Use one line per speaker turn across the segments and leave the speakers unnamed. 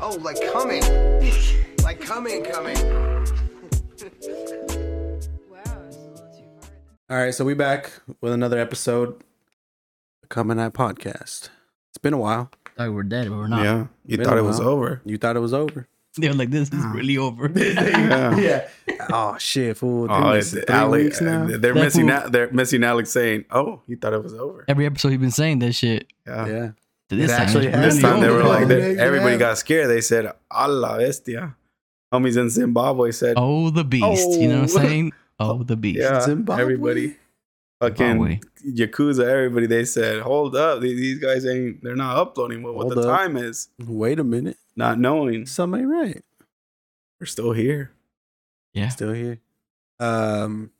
Oh, like coming. like coming, coming.
Wow, it's a little too far.
All right, so we back with another episode of Coming Night Podcast. It's been a while.
thought we were dead, but we're not.
Yeah, you
Been
thought
a
it was
while.
over.
You thought it was over.
They were like, "This is really over."
Yeah.
oh shit, fool. Three
Oh,
weeks,
it's
three
Alex.
weeks now.
They're
That
missing
fool-
out. They're missing Alex saying, "Oh, you thought it was over."
Every episode, he's been saying that shit.
Yeah.
yeah.
To This
It
time,
actually
it's
has
This
really
time they
over.
were
Oh,
like,
yeah,
they- everybody
yeah.
got scared. They said, "A la bestia." Homies in Zimbabwe said,
"Oh, the beast." You know what I'm
Oh.
saying? Oh, the beast.
Yeah,
Zimbabwe?
everybody. Fucking
Zimbabwe.
Yakuza, everybody. They said, "Hold up, these, these guys ain't. They're not uploading what, what
Hold
the
up.
time is."
Wait a minute.
Not knowing,
Some ain't right.
we're still here.
Yeah.
Still here. Um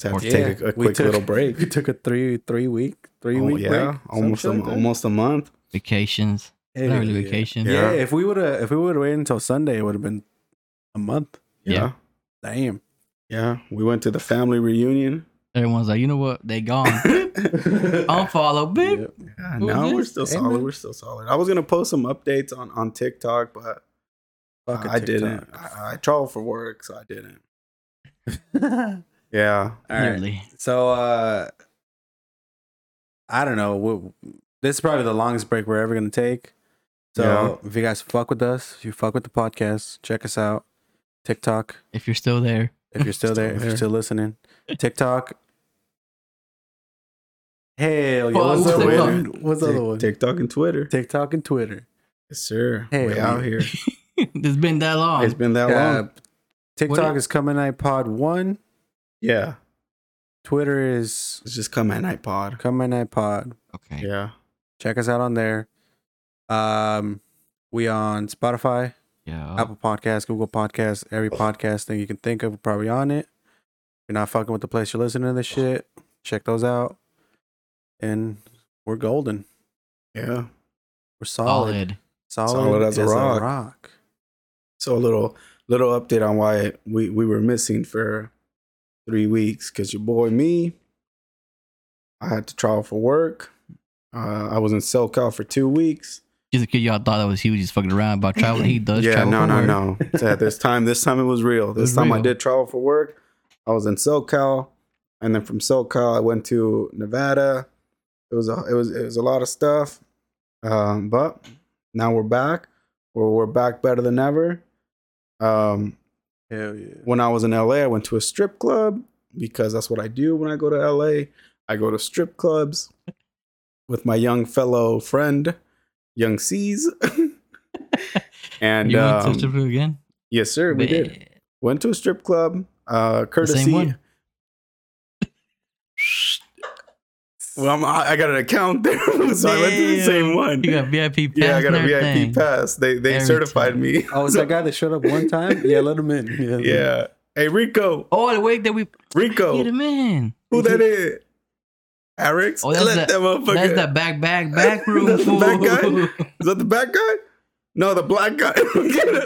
Just have to
yeah,
take a, a
we
quick
took-
little break.
We took a three three week, three
Oh,
week
yeah,
break. some
almost a,
shit like that.
almost a month.
Vacations.
Hey,
Not really
yeah.
vacation.
Yeah.
Yeah.
if we would have if we would have waited until Sunday, it would have been a month.
Yeah.
yeah,
Damn.
yeah. We went to the family reunion.
Everyone's like, you know what? They gone.
Um,
Unfollow, beep.
Yep.
Yeah,
Who
no,
is
we're
this?
still
Hey,
solid.
man.
We're still solid. I was gonna post some updates on on TikTok, but
Fuck a
I didn't.
TikTok.
I, I travel for work, so I didn't. Yeah,
All right.
Literally.
So uh I don't know. we this is probably the longest break we're ever gonna take. So if you guys fuck with us, if you fuck with the podcast, check us out. TikTok,
If you're still there,
if you're still,
Still
there, if you're
there.
still listening. TikTok. Hell yeah.
Fuck
What's the other
Twitter.
one? What's the other one?
Tik- TikTok and Twitter.
TikTok and Twitter.
Yes, sir.
Hey,
we
we-
out here.
it's been that long.
It's been that
Uh,
long.
TikTok
What-
is coming iPod one.
Yeah,
Twitter is
it's just come at iPod.
coming iPod.
okay.
Yeah,
Check us out on there. Um, we on Spotify,
Yeah.
Apple Podcasts, Google Podcasts, every podcast thing you can think of. We're probably on it. If you're not fucking with the place you're listening to this shit, check those out. And we're golden.
yeah.
We're solid.
Solid.
Solid,
Solid
as, a, rock.
So a little little update on why we we were missing for three weeks because your boy me, I had to travel for work. Uh, I was in SoCal for two weeks.
Just a kid, y'all thought that was he was just fucking around about traveling. He does
yeah,
Oh, travel.
no,
for
no,
work.
no. So At this time, this time it was real. This
was
time I
real.
did travel for work. I was in SoCal, and then from SoCal I went to Nevada. It was a it was it was a lot of stuff, um, but now we're back. We're we're back better than ever. Um,
Hell yeah.
when I was in LA, I went to a strip club because that's what I do when I go to LA. I go to strip clubs with my young fellow friend, Young C's. and
You want
um,
to touch it again?
yes, sir, we did. Went to a strip club, uh, courtesy.
one?
Well, I'm, I I got an account there, so I went to the same
Damn.
one.
You got VIP pass.
yeah, I got
and
a
everything.
VIP pass. They they
Everything.
certified me.
Oh, is that guy that showed up one time? Yeah, let him in. Yeah. let him in.
yeah. Hey Rico,
Oh, the wig that we
Rico,
get him in.
who that is? Arix?
Oh, that's
Let
that-
that motherfucker.
That's that back, back, back room.
That's the back guy?
fool.
Is that the black guy? No, the black guy.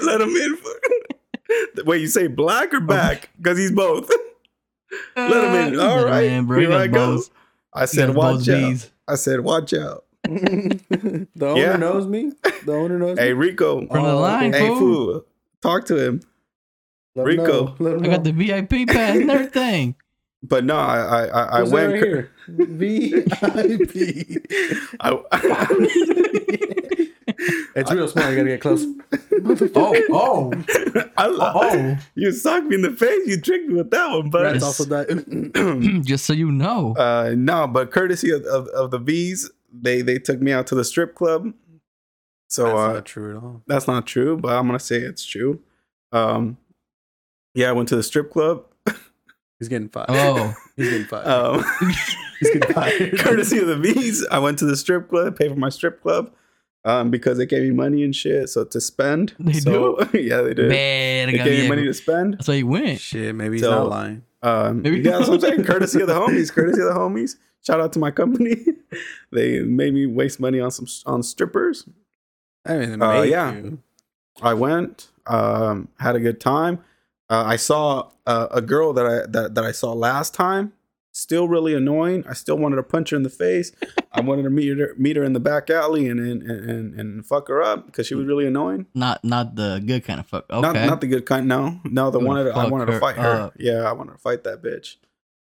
Let him in. For... Wait, you say
Oh.
black or back? Because he's both. Let him in.
Uh,
All
let him
right,
in, bro. He
here I
got
go.
both-
I
he
said,
got
watch
both
out.
Bs.
I said, watch out.
the owner
Yeah.
knows me. The owner knows
Hey
me.
Rico.
From the
Oh,
line,
Hey
fool.
fool. Talk to him.
Let him
Rico.
know. Let him
I
know.
got the VIP pass and everything.
But no, I I I, I
Who's that
went.
right here? VIP.
I,
It's real small. You gotta get close.
Oh, oh,
I, You socked me in the face. You tricked me with that one, but
That's also that.
Mm.
Just so you know.
uh, no, but courtesy of, of, of the V's, they they took me out to the strip club. So
That's
uh,
not true at all.
that's not true, but I'm gonna say it's true. Um, yeah, I went to the strip club.
He's getting fired.
oh,
He's getting fired.
Um,
He's getting fired.
courtesy of the V's, I went to the strip club, paid for my strip club, um, because they gave me money and shit, so to spend.
They
so, do, yeah, they did.
bad.
They gave me money to spend.
That's how you went.
Shit, maybe he's
So-
not lying.
Um,
Maybe-
yeah, that's what I'm saying. Courtesy of the homies. Courtesy of the homies. Shout out to my company. they made me waste money on some on strippers.
I mean,
Uh,
maybe.
yeah. I went, um, had a good time. Uh, I saw uh, a girl that I that, that I saw last time Still really annoying. I still wanted to punch her in the face. I wanted to meet her, meet her in the back alley and and and, and fuck her up because she was really annoying.
Not not the good kind of fuck. Okay.
Not not the good kind. No, no. The
You
one
wanna
that I
fuck uh,
wanted to
her
fight her.
up.
Yeah, I wanted to fight that bitch.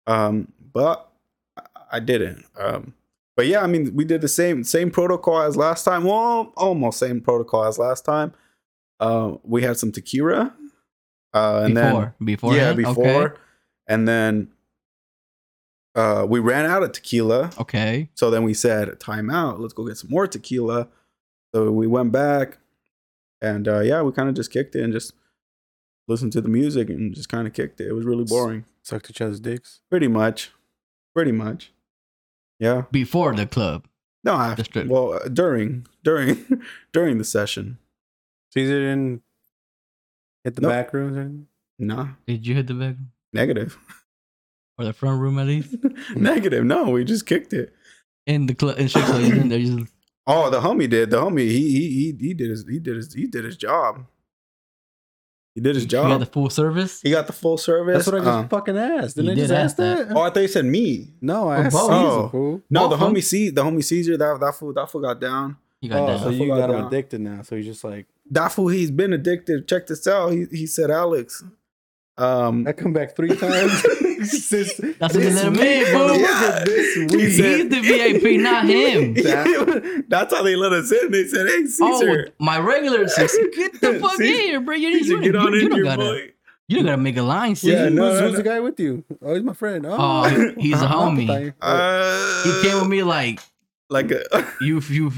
Um, but I- I didn't. Um, but yeah, I mean, we did the same same protocol as last time. Well, almost same protocol as last time. Uh, we had some tequila. Uh, and then
before before
yeah,
that?
before. And then uh, we ran out of tequila.
Okay. okay.
So then we said, time out. Let's go get some more tequila. So we went back and uh, yeah, we kind of just kicked it and just listened to the music and just kind of kicked it. It was really boring.
Sucked each other's dicks.
Pretty much. Pretty much. Yeah.
Before the club.
No, I,
That's true.
well, uh, during, during, during the session.
Caesar didn't hit the
Nope.
back rooms or anything.
Nah,
Did you hit the back room?
negative.
or the front room at least?
Mm.
negative. No, we just kicked it.
In the club in Chick-fil-A, you in there, you just
Oh, the homie did. The homie, he he he, he did his he did his he did his job. He did his
you got
job.
the full service.
He got the full service.
That's what I just
Um,
fucking asked.
you
Didn't I
did
just
ask
ask that?
oh, I thought you said me.
No, I
Oh,
asked
both.
Caesar,
Oh.
fool.
No, the
Both, huh?
homie C, the homie Caesar. That that fool, that fool got down.
You got
oh,
that.
so you
Fuck
got
that.
him addicted now. So he's just like,
That fool, he's been addicted. Check this out. He he said, Alex. Um,
I come back three times. Since
That's what they let him in, bro.
Yeah.
this
He
week.
said-
He's the VIP, not him.
that- that's how they let us in. They said, "Hey, Caesar,
Oh, my regular sister, get the fuck
Caesar,
in here, bro. You,
Caesar
you,
get
you,
on
you
in
don't
here,
gotta,
boy."
you don't gotta make a line, Caesar.
Yeah, no,
who's,
no,
who's
no.
the guy with you? Oh, he's my friend. Oh,
Oh, he's a homie.
Uh,
Oh, He came with me like
like a,
you, you,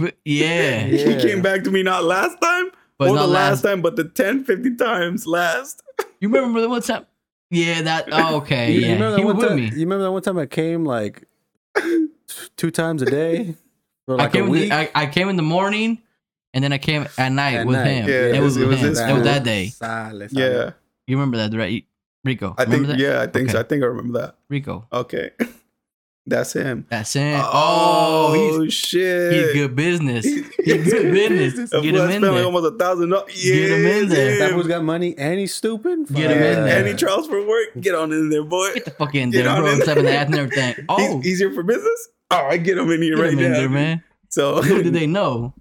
Yeah.
yeah,
he came back to me not last time,
but
or
not
the last
last.
time, but the 10, 50 times last.
You remember the one time? Yeah, that. Oh, okay,
You,
yeah,
you remember
he
that
was
one
with
time?
me.
You remember that one time I came like two times a day for like
I came.
a
In
week.
the, I, I came in the morning, and then I came at night
At
with
night.
him.
Yeah,
it was,
it
with
was
him.
his
It was
fault.
that day.
Sale, sale.
Yeah,
You remember that, right, Rico?
I think.
remember that?
Yeah, I think. So. I
Okay.
think I remember that.
Rico.
Okay, that's him.
That's it. Oh, he's,
shit!
he's good business. He's good business.
That
Get him
fool
in
spent like
there.
almost a thousand dollars. Yeah,
Get him in there.
That
damn.
fool's got money and he's stupid.
Get him in
Yeah.
there.
And he travels for work. Get on in there, boy.
Get the fuck in
Get
there,
on
bro.
in
I'm stepping the
there.
ass and everything. Oh,
He's easier for business. Oh, I get him in here
get
right
him
now,
in there, man.
So
Little did they know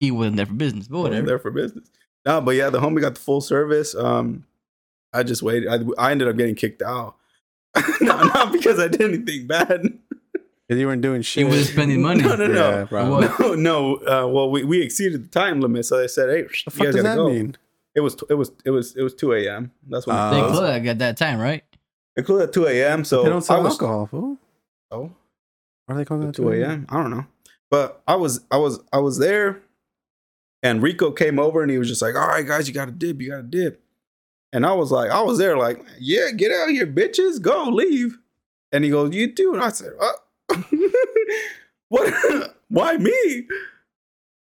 he wasn't there for business, but
I'm
whatever.
there for business. No, but yeah, the homie got the full service. Um, I just waited. I, I ended up getting kicked out. no, not because I did anything bad.
Because you weren't doing shit.
He was spending money.
No, no, no.
Yeah, probably.
What?
No, no. Uh, well, we, we exceeded the time limit, so they said, "Hey,
The
you
fuck
guys
does
gotta
that
go."
mean?
It was it was it was it was two a.m. That's when
They
Oh.
it
closed at that time, right?
they closed at two a.m. So
they don't
Oh, I
sell
was
alcohol, fool.
oh,
Why are they calling
at
that
two a.m. I don't know, but I was I was I was there, and Rico came over and he was just like, "All right, guys, you got to dip, you got to dip," and I was like, I was there like, "Yeah, get out of here, bitches, go leave," and he goes, "You too," and I said, "Oh, what? Why me?"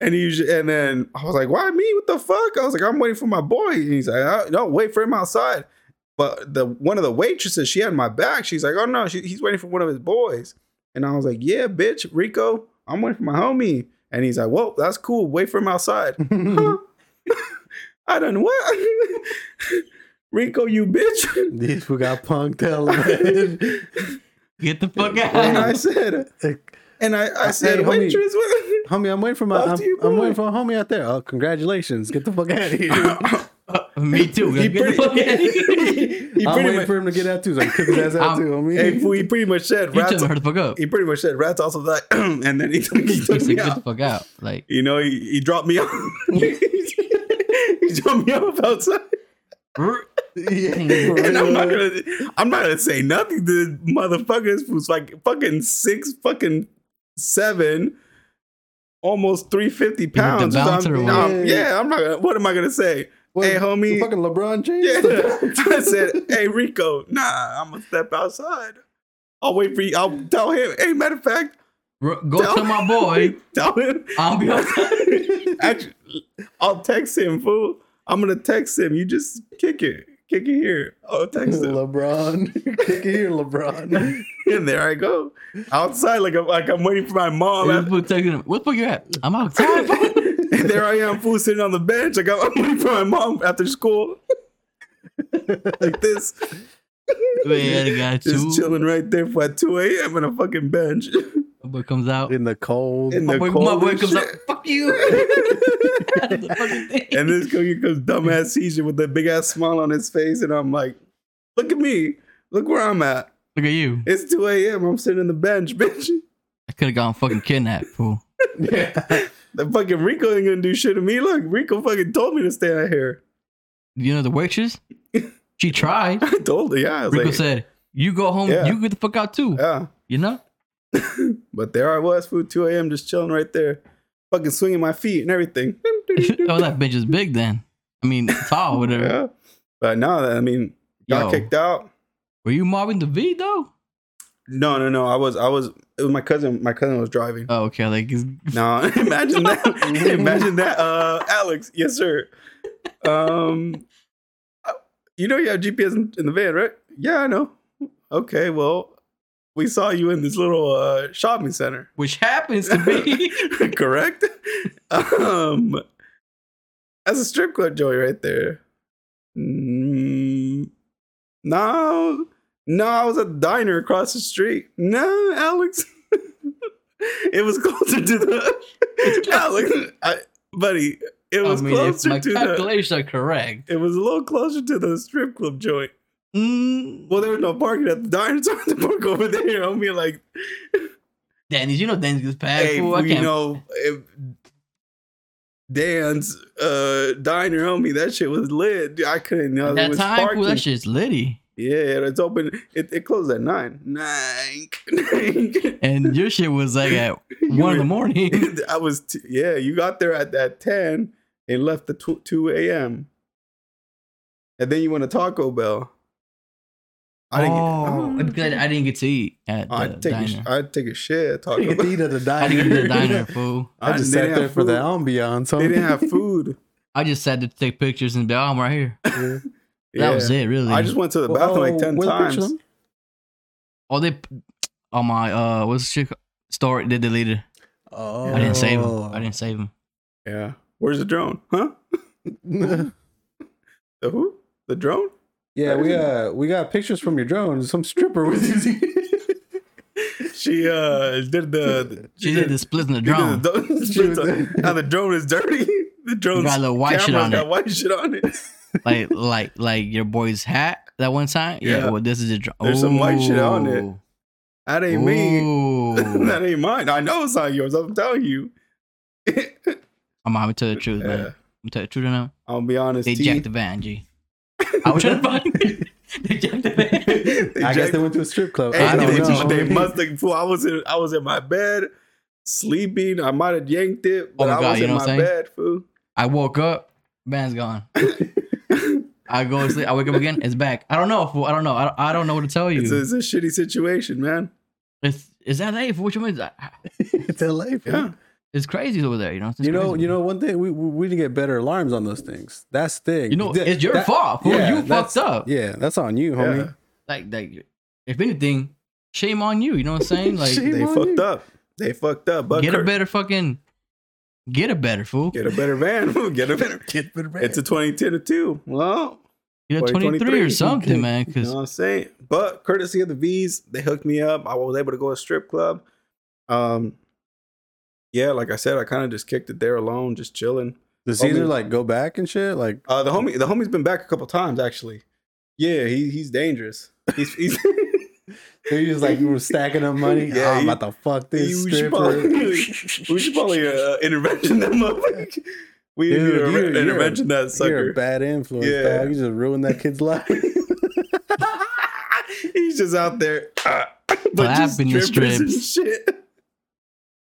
And he was- and then I was like, "Why me? What the fuck?" I was like, "I'm waiting for my boy." And he's like, "Uh, "No, wait for him outside." But the one of the waitresses, she had my back. She's like, "Oh no, she, he's waiting for one of his boys." And I was like, "Yeah, bitch, Rico, I'm waiting for my homie." And he's like, "Whoa, that's cool. Wait for him outside." Huh? I don't know what. Rico, you bitch.
These fool got punked hell. man.
Get the fuck
and I
out.
said, and I, I
Hey,
said,
homie.
waitress. what-
homie, I'm waiting for my.
Talk
I'm,
to your
I'm
boy.
waiting for a homie out there. Oh, congratulations! Get the fuck out of here.
Me too.
He
Get the
pretty-
fuck out of here.
he
I'm
pretty
waiting
much,
for him to get out too. So I can kick his ass out
I'm-
too, homie.
hey, fool, he pretty much said,
You told
rats.
me her the fuck up.
He pretty much said, rats also that. and then he took, he
He
took
said,
me
get the
out.
fuck out. Like,
You know, he, he dropped me off. he dropped me off outside.
brr.
And I'm not gonna, I'm not gonna say nothing to this motherfucker who's like fucking six, fucking seven, almost three fifty pounds. So I'm-
bouncer or what?
I'm- yeah, I'm not. Gonna, what am I gonna say?
What,
hey, homie.
the Fucking LeBron James.
Yeah, I said, hey Rico, nah, I'm gonna step outside. I'll wait for you. I'll tell him. Hey, matter of fact,
Bro, Go
Tell-
to my boy.
tell him.
I'll be outside.
Actually, I'll text him, fool. I'm gonna text him. You just kick it, kick it here. I'll text him.
LeBron. Kick it here, LeBron.
And there I go outside, like I'm, like I'm waiting for my mom.
This fool texting him, What the fuck you at? I'm outside. bro."
and there I am, fool, sitting on the bench. Like I'm, I'm waiting for my mom after school, like this.
We had a guy too.
Just chilling right there for at 2 a.m. on a fucking bench.
My boy comes out.
in the cold.
In
My
the
boy,
cold
my boy
and
comes out.
shit.
Fuck you. Out of the fucking thing.
and this cookie comes dumbass Caesar with that big ass smile on his face, and I'm like, look at me, look where I'm at.
Look at you.
It's 2 a.m. I'm sitting on the bench, bitch.
I could have gotten fucking kidnapped, fool.
The fucking Rico ain't gonna do shit to me. Look, Rico fucking told me to stay out here.
You know the waitress? She tried.
I told her, yeah. I was
Rico
like,
said, "You go home.
Yeah.
You get the fuck out too."
yeah.
You know?
But there I was, food 2 a.m. just chilling right there, fucking swinging my feet and everything.
oh, that bitch is big then. I mean, tall, whatever.
Yeah. But now that I mean, got
Yo.
kicked out.
Were you mobbing the V though?
No, no, no. I was, I was. It was my cousin. My cousin was driving.
Oh, okay. Like, it's-
No, imagine that. imagine that. Uh, Alex, yes, sir. Um, you know you have GPS in, in the van, right? Yeah, I know. Okay, well, we saw you in this little uh, shopping center,
which happens to be.
correct? Um, that's a strip club, Joey, right there. Mm, no, no, I was at the diner across the street. No, Alex, it was closer to the Alex, I, buddy. It was
I mean, if
closer
my
to the.
calculations are correct.
It was a little closer to the strip club joint.
Mm,
Well, there was no parking at the diner, so I had to park over there. I'm be like,
Danny's, you know Danny's gets packed.
hey,
fool. I
you
can't.
know, if Dan's uh, diner on me, that shit was lit. Dude, I couldn't know
At
it
that
was
time, fool,
parking.
that shit's litty.
Yeah, it's open. It, it closed at nine. Nine.
And your shit was like at
You
one in
were-
the morning.
I was t- yeah. You got there at that ten and left at tw- two a.m. And then you went to Taco Bell. I didn't.
oh,
get,
because I, I didn't get to eat at the
Oh, I, would take a, sh-
diner.
I'd take a shit at Taco
You
Bell.
could eat at the
I didn't get to the diner,
diner.
fool.
I just
they
sat
didn't
there
have
for the
food.
ambiance.
They didn't
homie.
have food.
I just sat there to take pictures and be, oh, I'm right here.
Yeah.
That was it, really.
I just went to the
Well,
bathroom like
oh,
ten
with a picture
times.
of
Oh, they. Oh my. Uh, what's the shit? ca- Story they deleted.
Oh,
I didn't save him. I didn't save him.
Yeah. Where's the drone? Huh?
didn't.
The who? The drone?
yeah, we uh, we got pictures from your drone. Some stripper was using.
She uh did the
She did the splits in the
she did
drum.
the-
She
the- now the drone is dirty. The drone's
Got a little white shit
camera's
on
got
it.
white shit on it.
like like like your boy's hat that one time. Yeah.
Yeah.
well, this is the drum.
There's some white shit on it.
Ooh.
That ain't me.
Ooh.
that ain't mine. I know it's not yours. I'm telling you.
I'm gonna tell you the truth, man.
Yeah.
I'm tell you the truth or not.
I'll be honest.
They
T.
jacked the van, G. I was trying to find it. They jacked the van.
They
I guess
jacked-
they went to a strip club.
Hey,
I don't
they,
know.
they must have. fool, I was in. I was in my bed, sleeping. I might have yanked it, but
Oh my
I
God,
was
you
in
know
my
what I'm saying?
bed, fool.
I woke up, van's gone. I go to sleep. I wake up again. It's back. I don't know. Fool. I don't know. I don't, I don't know what to tell you.
It's a, it's a shitty situation, man.
It's is that late? Which one is that?
it's LA.
Yeah.
Yeah.
It's crazy over there. You know. It's
You know,
crazy.
you know, one thing we, we we didn't get better alarms on those things. That's the thing.
You know,
That-
it's your
that-
fault. Fool.
yeah,
you
that's-
fucked up.
Yeah, that's on you, homie.
Like, like, if anything, shame on you. You know what I'm saying? Like,
Shame. Hey,
They
Monty.
fucked up. They fucked up. But
get a
Kurt-
better fucking, get a better fool.
Get a better van. get a better.
Kid with red.
It's a 2010 or two. Well,
Get a
2023.
23 or something, man.
you
Because
know what I'm saying. But courtesy of the V's, they hooked me up. I was able to go to a strip club. Um, yeah, like I said, I kind of just kicked it there alone, just chilling.
Does Caesar
homie.
like go back and shit? Like,
Uh, the homie, the homie's been back a couple times actually. Yeah, he he's dangerous. He's, he's
so you just like you were stacking up money.
Yeah,
Yeah, I'm
you-
about to fuck this
you should
stripper.
we should probably uh, intervention them up. We need
Dude,
to
you're-
inter-
you're-
intervention that
You're
sucker.
a bad influence,
Yeah.
dog. You just ruined that kid's life.
He's just out there. Uh,
Clapping the
strippers and shit.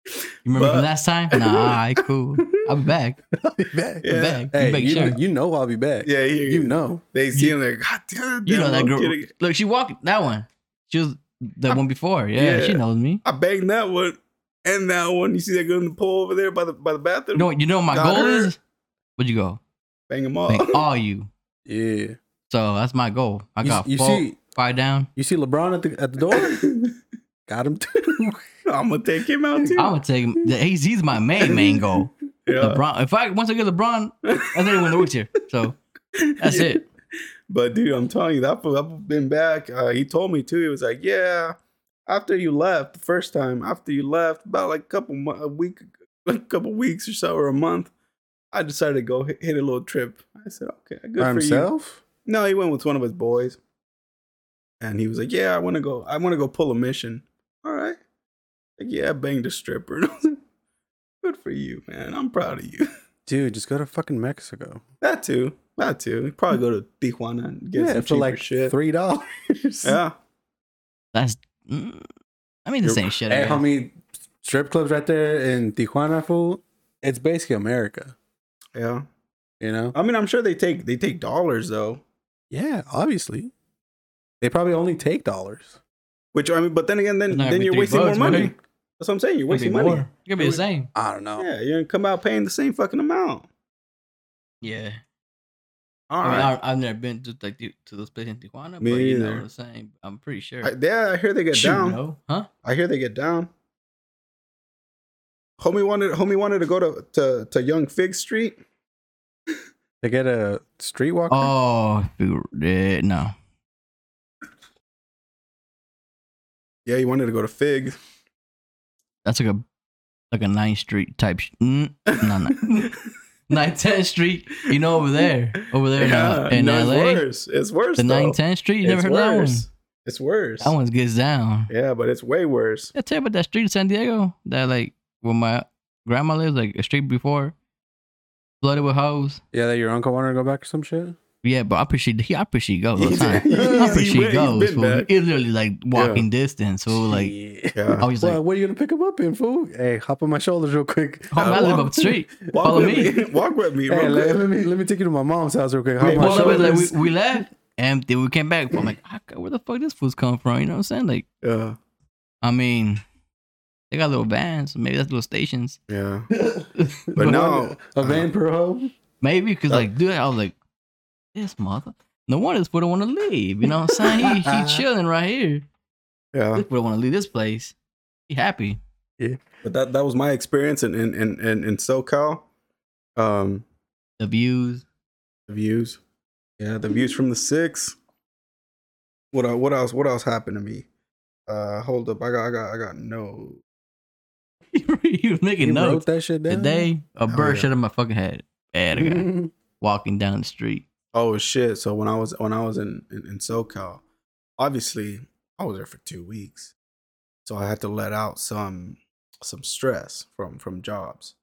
you remember
but-
from last time? Nah, all right, cool. I'll be back.
back.
I'm
Yeah.
back. I'm
Hey,
back.
you,
sure.
know, you know I'll be back.
Yeah, he,
You know.
they see him like, God damn, it,
You know
damn,
that
I'm
girl.
kidding.
Look, she walked that one. She was the one before. Yeah,
yeah.
she knows me.
I banged that one and that one. You see that girl in the pool over there by the by the
You
bathroom?
know what? You know what my
Got
goal
her.
is. Where'd you go?
Bang them all.
Like all you.
Yeah.
So that's my goal. I
Oh. You-
got
you
four,
see-
five down.
You see LeBron at the at the door? Got him too.
I'm gonna take him out too.
I'm gonna take him. He's he's my main main goal.
Yeah.
LeBron. If I once I get LeBron, I think I win the woods here. So that's it.
but dude, I'm telling you, that fool I've been back. Uh, he told me too. He was like, yeah, after you left the first time, after you left, about like a couple mo- a week, a couple weeks or so, or a month, I decided to go hit, hit a little trip. I said, okay, good
By
for you.
himself?
No, he went with one of his boys, and he was like, "Yeah, I want to go. I want to go pull a mission." All right, like yeah, I banged a stripper. Good for you, man. I'm proud of you.
Dude, just go to fucking Mexico.
That too. That too. He'd probably go to Tijuana and get some
for
cheaper
like
shit.
three dollars.
Yeah.
That's. mm, I mean, the same shit. I
Hey,
guess.
homie, strip clubs right there in Tijuana, fool. It's basically America,
Yeah.
you know?
I mean, I'm sure they take they take dollars though.
Yeah, obviously. They probably only take dollars.
Which I mean, but then again,
It's
then
not gonna
then
be
you're
three
wasting
bucks,
more
man.
money. That's what I'm saying. You're
Could be
wasting money.
more. It could be the same.
I don't know.
Yeah, you're gonna come out paying the same fucking amount.
Yeah.
All
I mean,
right.
I, I've never been to like to to those places in Tijuana,
Me
but you
either.
know the same. I'm pretty sure.
I, yeah, I hear they get
Shoot,
down.
no. huh?
I hear they get down. Homie wanted homie wanted to go to to, to Young Fig Street.
They get a streetwalker.
Oh, if you- eh, no.
Yeah, he wanted to go to Fig.
That's like a like a ninth street type. Sh- mm, no, no. Ninth Tenth Street. You know over there, over there in, uh, in
no,
L.A.
It's worse. It's worse.
The
though.
Ninth Tenth Street. You never
it's
heard
worse. It's worse.
that one? That one gets down.
Yeah, but it's way worse.
I tell you about that street in San Diego that like where my grandma lives, like a street before, flooded with hoes.
Yeah, that your uncle wanted to go back or some shit.
Yeah, but I appreciate he I appreciate goes all the time.
He's-
I
he's
appreciate
been- he's
goes.
been
fool.
back.
It's literally like walking distance. So like
Shit.
I
Yeah.
was
well,
like,
what are you gonna pick him up in, fool? Hey, hop on my shoulders real quick.
oh, I live
walk-
up the street.
Walk
Follow
with
me.
Walk with me.
Hey,
real
let,
quick.
let me let me take you to my mom's house real quick. Hop
Wait,
on my
hold
Well,
on,
like,
shoulders.
we, we left empty. We came back. I'm like, "Ah, where the fuck this food's come from? You know what I'm saying? Like,
Yeah.
I mean, they got little vans. Maybe that's little stations.
Yeah.
but
no.
a van per home.
Maybe because like, dude, I was like, this mother. No wonder this fool don't want to leave. You know what I'm saying? He he chilling right here.
Yeah.
This fool don't want to leave this place. He happy.
But that that was my experience in in in in, in SoCal. Um,
The views.
the views. Yeah, the views from the six. What el- what else? What else happened to me? Uh, hold up. I got I got I got no.
he was making
You wrote
notes.
that shit down.
Today, a bird
Oh, yeah.
shot in my fucking head. Bad guy walking down the street.
Oh shit! So when I was when I was in, in in SoCal, obviously I was there for two weeks, so I had to let out some some stress from from jobs.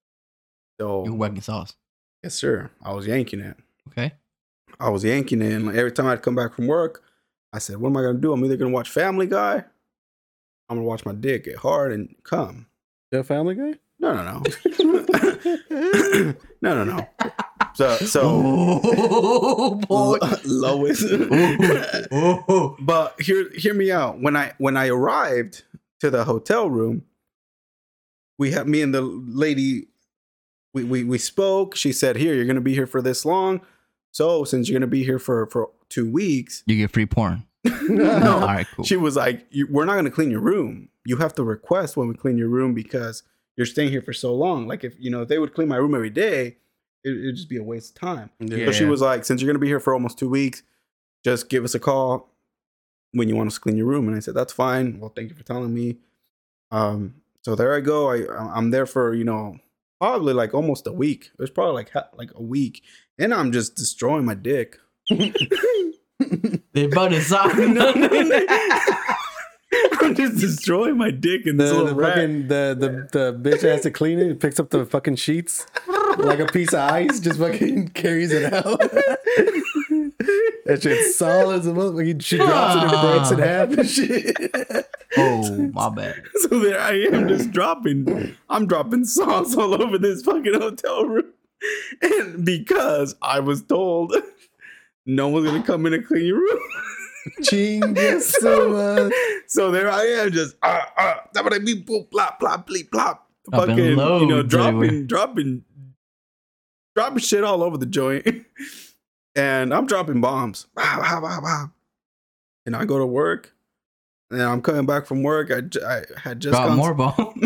So
You were whacking sauce.
yes, sir, I was yanking it.
Okay.
I was yanking it, and like, every time I'd come back from work, I said, "What am I gonna do? I'm either gonna watch Family Guy, I'm gonna watch my dick get hard and come."
The Family Guy.
No, no, no, no, no, no. So so
Oh, boy.
lowest.
oh.
But hear hear me out. When I when I arrived to the hotel room, we had me and the lady we we we spoke. She said, "Here, you're going to be here for this long. So, since you're going to be here for for 2 weeks,
You get free porn. All
no.
right, cool.
She was like, you, "We're not going to clean your room. You have to request when we clean your room because you're staying here for so long. Like if, you know, if they would clean my room every day, it would just be a waste of time."
Yeah.
So she was like, since you're gonna be here for almost two weeks, just give us a call when you want us to clean your room. And I said, that's fine. Well, thank you for telling me. Um, so there I go. I I'm there for you know probably like almost a week. It was probably like ha- like a week, and I'm just destroying my dick.
they bought a sock.
No, no, no. I'm just destroying my dick in this
The, the
little rat.
fucking the, the the bitch has to clean it. Picks up the fucking sheets like a piece of ice. Just fucking carries it out. that shit's solid as a motherfucker. She drops it and breaks it in half and shit.
Oh, my bad.
So there I am, just dropping. I'm dropping sauce all over this fucking hotel room, and because I was told no one's gonna come in and clean your room,
Chingas so much.
so there I am, just ah ah. That what I mean, boop, plop, plop, bleep, plop.
Up in
Fucking, you know,
loads everywhere.
dropping, dropping, dropping shit all over the joint, and I'm dropping bombs. Wow, wow, wow, wow. And I go to work, and I'm coming back from work. I, j- I had just
Got
gone
more bone.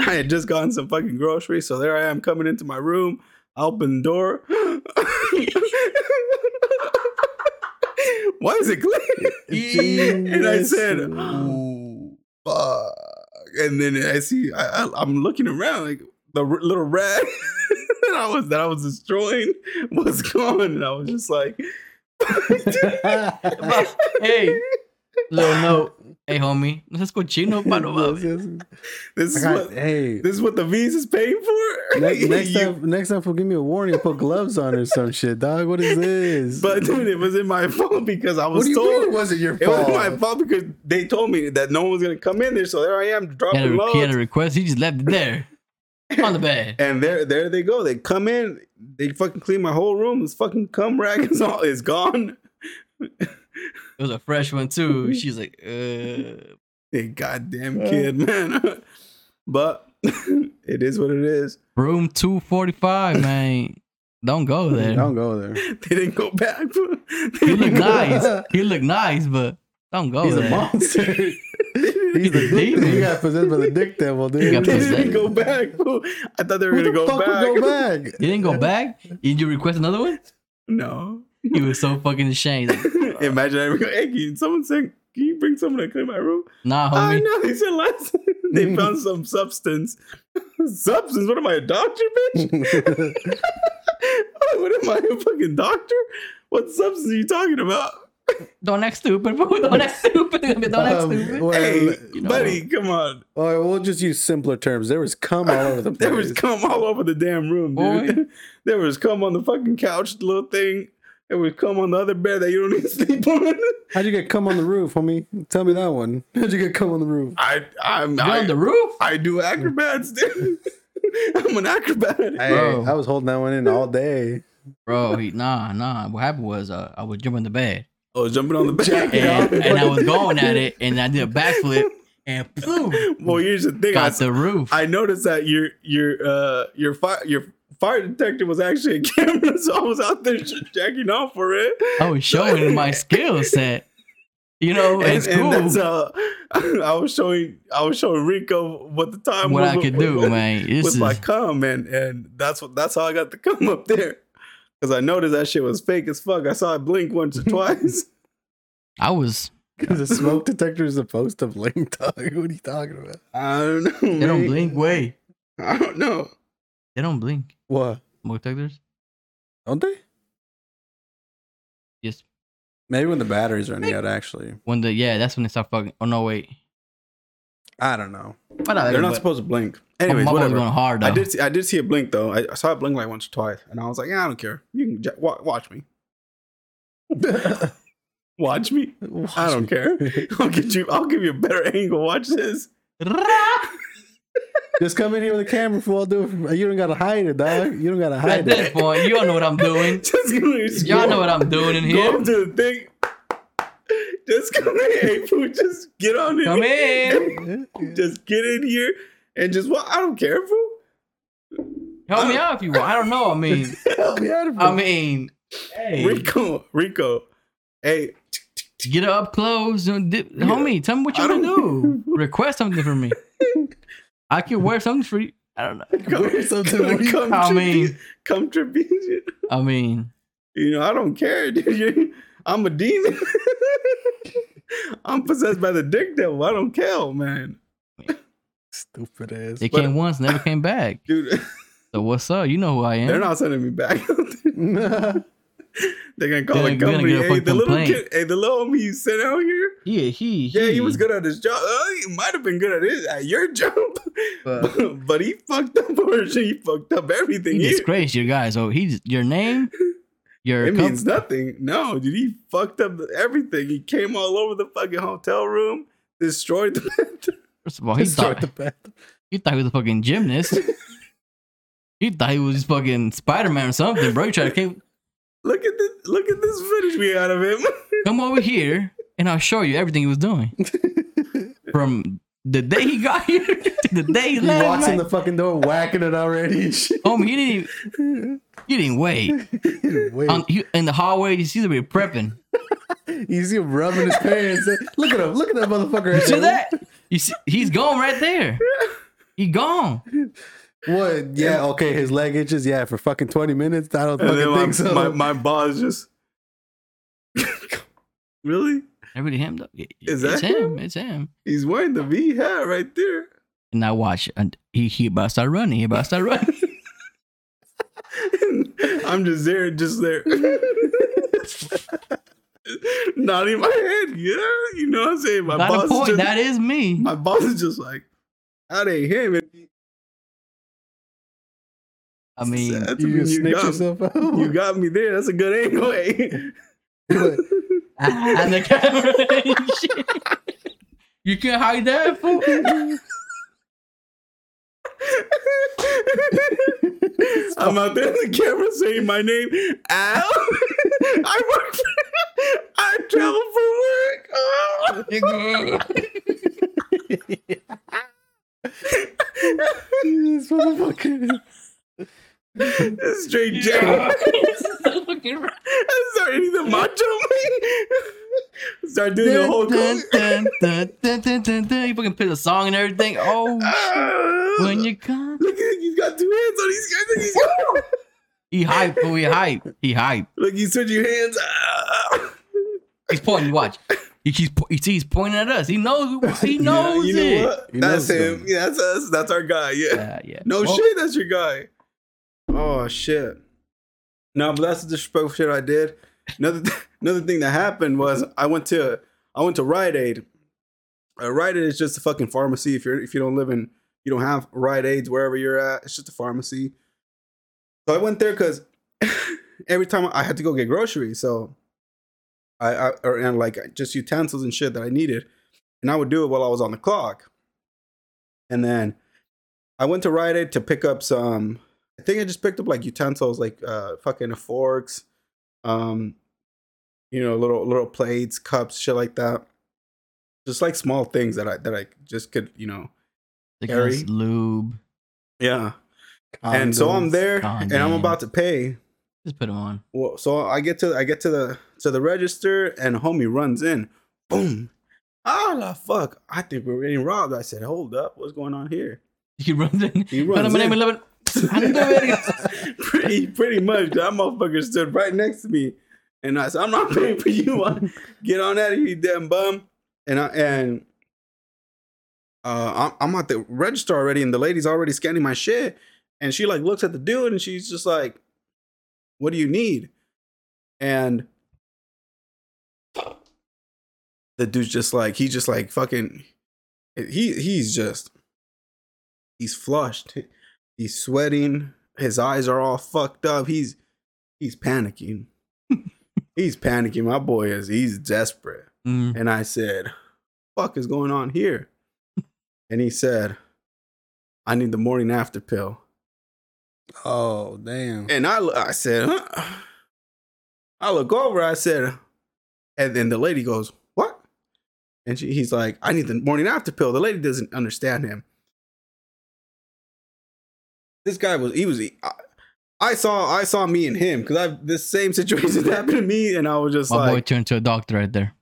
I had just gotten some fucking groceries, so there I am coming into my room. I open the door. why is it clear? and I said,
Jesus.
"Ooh, fuck. And then I see, I, I, I'm looking around, like the r- little rat that I was that I was destroying was gone, and I was just like,
Hey, little note. Hey, homie. Let's go chino para mami.
this
I
is
got-
what
hey,
this is what the V's is paying for.
next, next
You-
time, next time, give me a warning. Put gloves on or some shit, dog. What is this?
but dude, it wasn't my fault because I was
what do you
told.
mean it wasn't your
It
fault?
was my fault because they told me that no one was gonna come in there, so there I am
He had,
dropping
a, he had
loads.
a request. He just left it there on the bed.
And there, there they go. They come in. They fucking clean my whole room. This fucking cum rag is all is gone.
It was a fresh one too. She's like, uh,
Hey, goddamn kid, man. but it is what it is.
room two forty five, man. Don't go there.
Don't go there.
They didn't go back. They
He look
didn't go back.
nice. He look nice, but don't go
He's
there.
a monster. He's a
Demon.
demon. You Oh, got possessed by the dick devil, dude.
You got
They
possessed.
didn't go back. fool. I thought they were
Who the
gonna go
fuck
back.
would go back?
You didn't go back. Did you request another one?
No.
He was so fucking ashamed. He's Like,
Imagine I go, hey, can someone said, can you bring someone to clean my room?
nah,
I
homie.
know. They said last. they found some substance. substance? What am I, a doctor, bitch? what am I, a fucking doctor? What substance are you talking about?
Don't act stupid. fool. Don't act stupid. Don't act
Um,
stupid.
well,
hey,
you know.
buddy, come on.
well, we'll just use simpler terms. There was cum all over the place.
There was cum all over the damn room, dude.
Boy.
there was cum on the fucking couch, the little thing. There was cum on the other bed that you don't even sleep on.
How'd you get cum on the roof, homie? Tell me that one. How'd you get cum on the roof?
I, I'm,
You're on the
I,
roof.
I do acrobats, dude. I'm an acrobat.
Hey,
Bro.
I was holding that one in all day.
Bro, he, nah, nah. What happened was uh, I was jumping the bed
I was Oh, jumping on the bed.
and, and I was going at it and I did a backflip and boom,
Well, here's the thing. I,
got the roof.
I noticed that your your uh your fire your fire detector was actually a camera, so I was out there sh- jacking off for it.
I was Oh, showing my skill set. You know,
And,
in
and
school,
that's uh, I was showing I was showing Rico what the time
what
was
I could
with-
do,
with,
man. This
with
is
my cum, and and that's what that's how I got the cum up there. Cause I noticed that shit was fake as fuck. I saw it blink once or twice.
I was.
Because the smoke detector is supposed to blink, dog. What are you talking about?
I don't know.
They don't
man.
blink. Wait,
I don't know.
they don't blink.
What?
Smoke detectors.
Don't they?
Yes.
Maybe when the batteries running out, actually.
When the yeah, that's when they start fucking. Oh no, wait.
I don't know.
But I,
They're not
but,
supposed to blink.
my
Anyways,
mama was
whatever.
going hard though.
I did see, I did see it blink though. I, I saw it blink like once or twice, and I was like, yeah, I don't care. You can j- wa- watch me, watch me. I don't care. I'll get you. I'll give you a better angle. Watch this.
Just come in here with a camera fool. I'll do it. For, you don't gotta hide it, dog. You don't gotta
At
hide
this
it.
point, you all know what I'm doing.
Just come here. Just
Y'all
go-
know what I'm doing in
Go
here.
up to the thing. Just come here, hey, fool, Just get on in.
Come in,
Just get in here and just. Well, I don't care, fool.
help me out if you want. I don't know. I mean,
Help me out of
I
it.
mean, hey,
Rico, Rico. Hey,
get up close, and dip, homie. Tell me what
I
you want to do.
don't-
Request something from me. I can wear something for you. I don't know.
come,
something for you.
come,
I
tribute-
mean,
come tribute.
I mean,
You know, I don't care, dude. You- I'm a demon. I'm possessed by the dick devil. I don't care, man.
Stupid ass.
they
But-
came once, never came back.
Dude,
So what's up? You know who I am.
they're not sending me back. They're gonna call
They're
the
gonna
company.
get a
Hey, the
fucking
little
plane.
kid, hey, the little homie you sent out here.
Yeah, he.
Yeah, he was good at his job. Uh, he might have been good at his at your job,
But
but, he fucked up or she fucked up everything.
he
He-
disgraced your guy. So he's your name, your
it
com-
means nothing. No, dude, he fucked up everything. He came all over the fucking hotel room, destroyed the bathroom.
First of all, he
Start
thought
the bath.
he thought he was a fucking gymnast. he thought he was just fucking Spider Man or something, bro. You try to come,
Look at this! Look at this footage we got of him.
come over here, and I'll show you everything he was doing from the day he got here to the day he
He
left.
walks in
like,
the fucking door, whacking it already. and shit.
homie, he didn't. even- You didn't wait.
Wait,
On, he, in the hallway, you see them prepping.
you see him rubbing his pants. Look at him. Look at that motherfucker. right
See
there.
that? You see, he's gone right there. He gone.
What? Yeah, okay, his leg itches. Yeah, for fucking 20 minutes. I don't
And then
fucking
my,
think so.
my, my boss just Really?
Everybody him though. It-
Is
it's
that
him?
him?
It's him.
He's wearing the V hat right there.
And I watch and he he about to start running. He about to start running.
I'm just there, just there. Nodding my head. Yeah, you know what I'm saying? My
By
boss
the
is
point,
just,
that is me.
my boss is just like, that ain't him.
I mean,
That's-
You
I mean,
just
you
snitch
got-
yourself out.
You got me there. That's a good angle. eh?
and the camera and shit. You can't hide that fool.
I'm out there in the camera saying my name. Al. I work. For, I travel for work. Oh.
this motherfucker.
That's straight jack. I start eating the macho. Start doing the whole
dun,
cook.
dun, dun, dun, dun, dun, dun. You fucking put a song and everything. Oh, when you come,
Look, at- he's got two hands on these guys. Look, he's got,
he hype, fool. He hype. He hype.
look he's switching hands. Ah.
He's pointing. Watch. He keeps. po- He he's pointing at us. He knows. He knows
you
it.
know what?
He
that's
knows
him.
him.
Yeah, that's us. That's our guy. Yeah.
Yeah, yeah.
No
Well,
shit, that's your guy. Oh shit. No, but that's the disrespectful shit I did. Another th- another thing that happened was I went to I went to Rite Aid. Uh, Rite Aid is just a fucking pharmacy. If you're if you don't live in you don't have Rite Aids wherever you're at, it's just a pharmacy. So I went there because every time I had to go get groceries, so I, I or, and like just utensils and shit that I needed, and I would do it while I was on the clock. And then I went to Rite Aid to pick up some. I think I just picked up like utensils, like uh, fucking forks, um, you know, little little plates, cups, shit like that. Just like small things that I that I just could, you know.
they got us
Harry.
lube.
Yeah. And so I'm there, and I'm
Condoms.
about to pay.
Just put him on.
Well, so I get to I get to the to the register, and homie runs in. Boom. Ah la fuck! I think we were getting robbed. I said, "Hold up, what's going on here?"
He runs in.
He
But
runs
I'm
in.
in. 11.
pretty pretty much that motherfucker stood right next to me and I said, I'm not paying for you. Get on out of here, you damn bum. And I and uh I'm, I'm at the register already and the lady's already scanning my shit. And she like looks at the dude and she's just like, What do you need? And the dude's just like, he's just like fucking he he's just he's flushed. He's sweating. His eyes are all fucked up. He's he's panicking. he's panicking. My boy is he's desperate.
Mm.
And I said, "Fuck is going on here?" And he said, "I need the morning after pill."
Oh damn!
And I I said, huh? I look over. I said, and then the lady goes, "What?" And she, he's like, "I need the morning after pill." The lady doesn't understand him. This guy was he was I, I saw I saw me and him because I this same situation happened to me and I was just
My boy
like
turned to a doctor right there.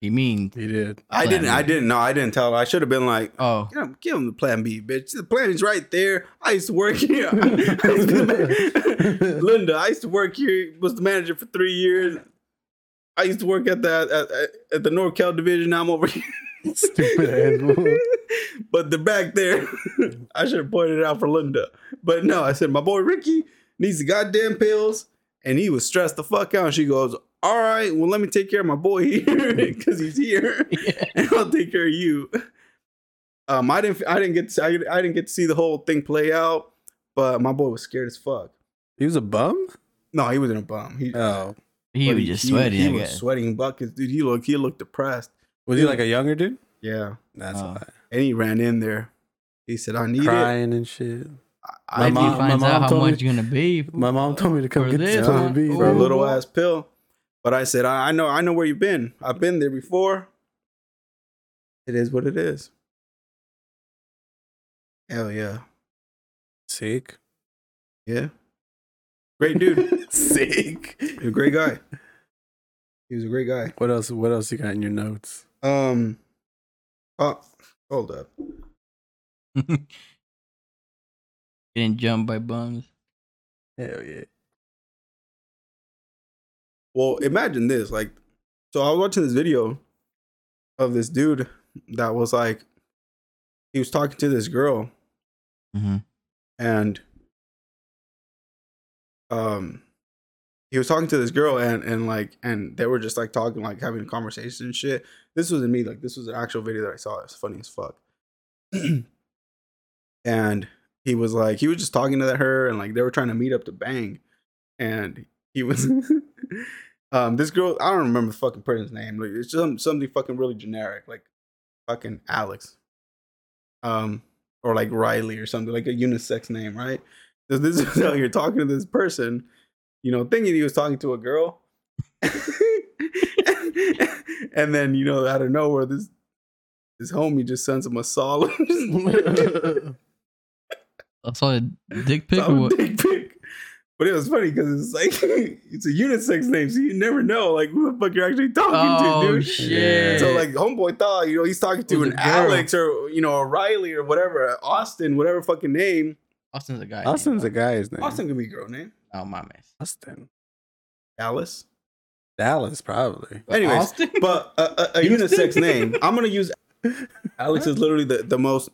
He mean.
He did.
I didn't I didn't know I didn't tell her I should have been like
Oh,
Give him, give him the plan B, bitch. The plan is right there. I used to work here. I used to- Linda, I used to work here. Was the manager for three years. I used to work at the at, at the NorCal division. Now I'm over here.
Stupid ass move.
but they're back there. I should have pointed it out for Linda. But no, I said my boy Ricky needs the goddamn pills, and he was stressed the fuck out. And she goes, "All right, well let me take care of my boy here because he's here."
yeah.
and I'll take care of you. Um, I didn't, I didn't get, to, I, I didn't get to see the whole thing play out, but my boy was scared as fuck.
He was a bum.
No, he wasn't a bum. He,
Oh,
he
but
was just sweating.
He,
I
was
guess.
sweating buckets, dude. He looked, he looked depressed.
was he like a younger dude?
Yeah,
That's
Oh.
why.
and he ran in there. He said, "I need it."
Crying and shit. My
My
I, I need
mom-
mom, finds
my mom
out how
told me-
much you're gonna be. fool.
My mom told me to come
For
get
this,
this on
huh?
the beat.
for a
Ooh.
little ass pill," but I said, I, "I know, I know where you've been. I've been there before. It is what it is." Hell yeah.
Sick.
Yeah. Great dude.
Sick.
He was a great guy. He was a great guy.
What else? What else you got in your notes?
Um. Oh, hold up.
Getting jumped by bums.
Hell yeah.
Well, imagine this. Like, So I was watching this video of this dude that was like, he was talking to this girl
Mm-hmm.
and um he was talking to this girl and and like and they were just like talking like having a conversation and shit this wasn't me like this was an actual video that i saw it's funny as fuck and he was like he was just talking to her and like they were trying to meet up to bang and he was um this girl i don't remember the fucking person's name like it's some something fucking really generic like fucking alex um or like Riley or something, like a unisex name, right? So this is how you're talking to this person, you know, thinking he was talking to a girl. and then, you know, out of nowhere, this this homie just sends him a solid,
I saw a dick pic. Or
solid
what?
dick pic. But it was funny because it's like it's a unisex name, so you never know like who the fuck you're actually talking to,
Oh
dude.
shit!
So like homeboy thought, you know, he's talking to
Was
an
a girl.
Alex or you know, a Riley or whatever, Austin, whatever fucking name.
Austin's a guy.
Austin's a guy's name.
Austin could be a girl name.
Oh my man.
Austin.
Alice.
Dallas, probably.
Anyways,
Austin.
But a, a, a
Houston?
unisex name. I'm gonna use Alex is literally the, the most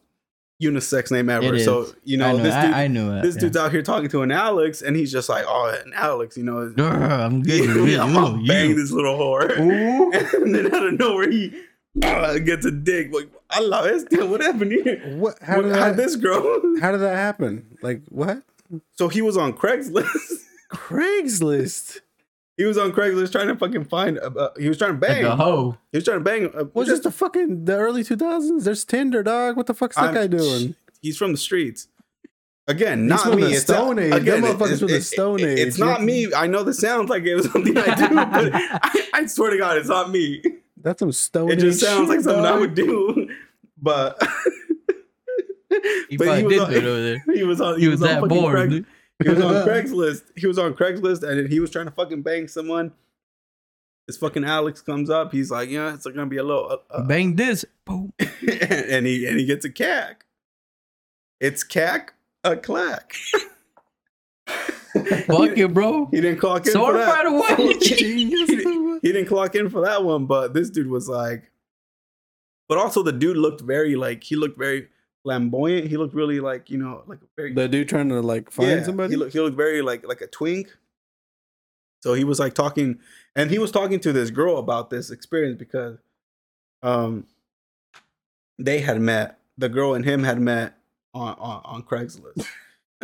unisex name ever.
is.
So you
I
know
knew,
this
I,
dude,
I knew it.
this
yeah.
dude's out here talking to an Alex, and he's just like, oh, an Alex, you know.
Grr, I'm good.
I'm gonna bang
you.
this little whore.
Ooh.
and then out of nowhere, he uh, gets a dick. Like, I love it. Damn, What happened here?
What? How
How
did
did
that?
this grow?
how did that happen? Like what?
so he was on Craigslist.
Craigslist.
he was on Craigslist trying to fucking find. A, a- he was trying to
Like
bang.
a hoe.
he was trying to bang. A,
Was this the fucking the early two thousands? There's Tinder, dog. What the fuck's that
I'm-
guy doing?
He's from the streets. Again,
He's
not
from
me.
the
it's
Stone
not,
Age.
Again,
Them
it-
motherfuckers
it's-
from the
it-
Stone
it- It's
Age.
not me. I know this sounds like it was something I do, but I, I swear to God, it's not me.
That's some stone.
It just
Age
sounds like
shit,
something I
dog.
would do. But
He
But he
probably
was
did
on-
do it over there.
he was on. He,
He was
on
that
fucking
bored.
Craig-
dude.
he was on Craigslist. He was on Craigslist, and he was trying to fucking bang someone. This fucking Alex comes up. He's like, yeah, it's gonna be a little. Uh, uh,
Bang this. Boom.
and he and he gets a cack. It's cack a clack.
Fuck it, bro.
He didn't clock in for
Sort of
that.
right away.
Genius.
He didn't clock in for that one, but this dude was like. But also, the dude looked very like he looked very flamboyant. He looked really like you know like a very
the dude trying to like find
Yeah,
somebody.
He looked he looked very like like a twink. So he was like talking, and he was talking to this girl about this experience because, um, they had met. The girl and him had met on on, on Craigslist.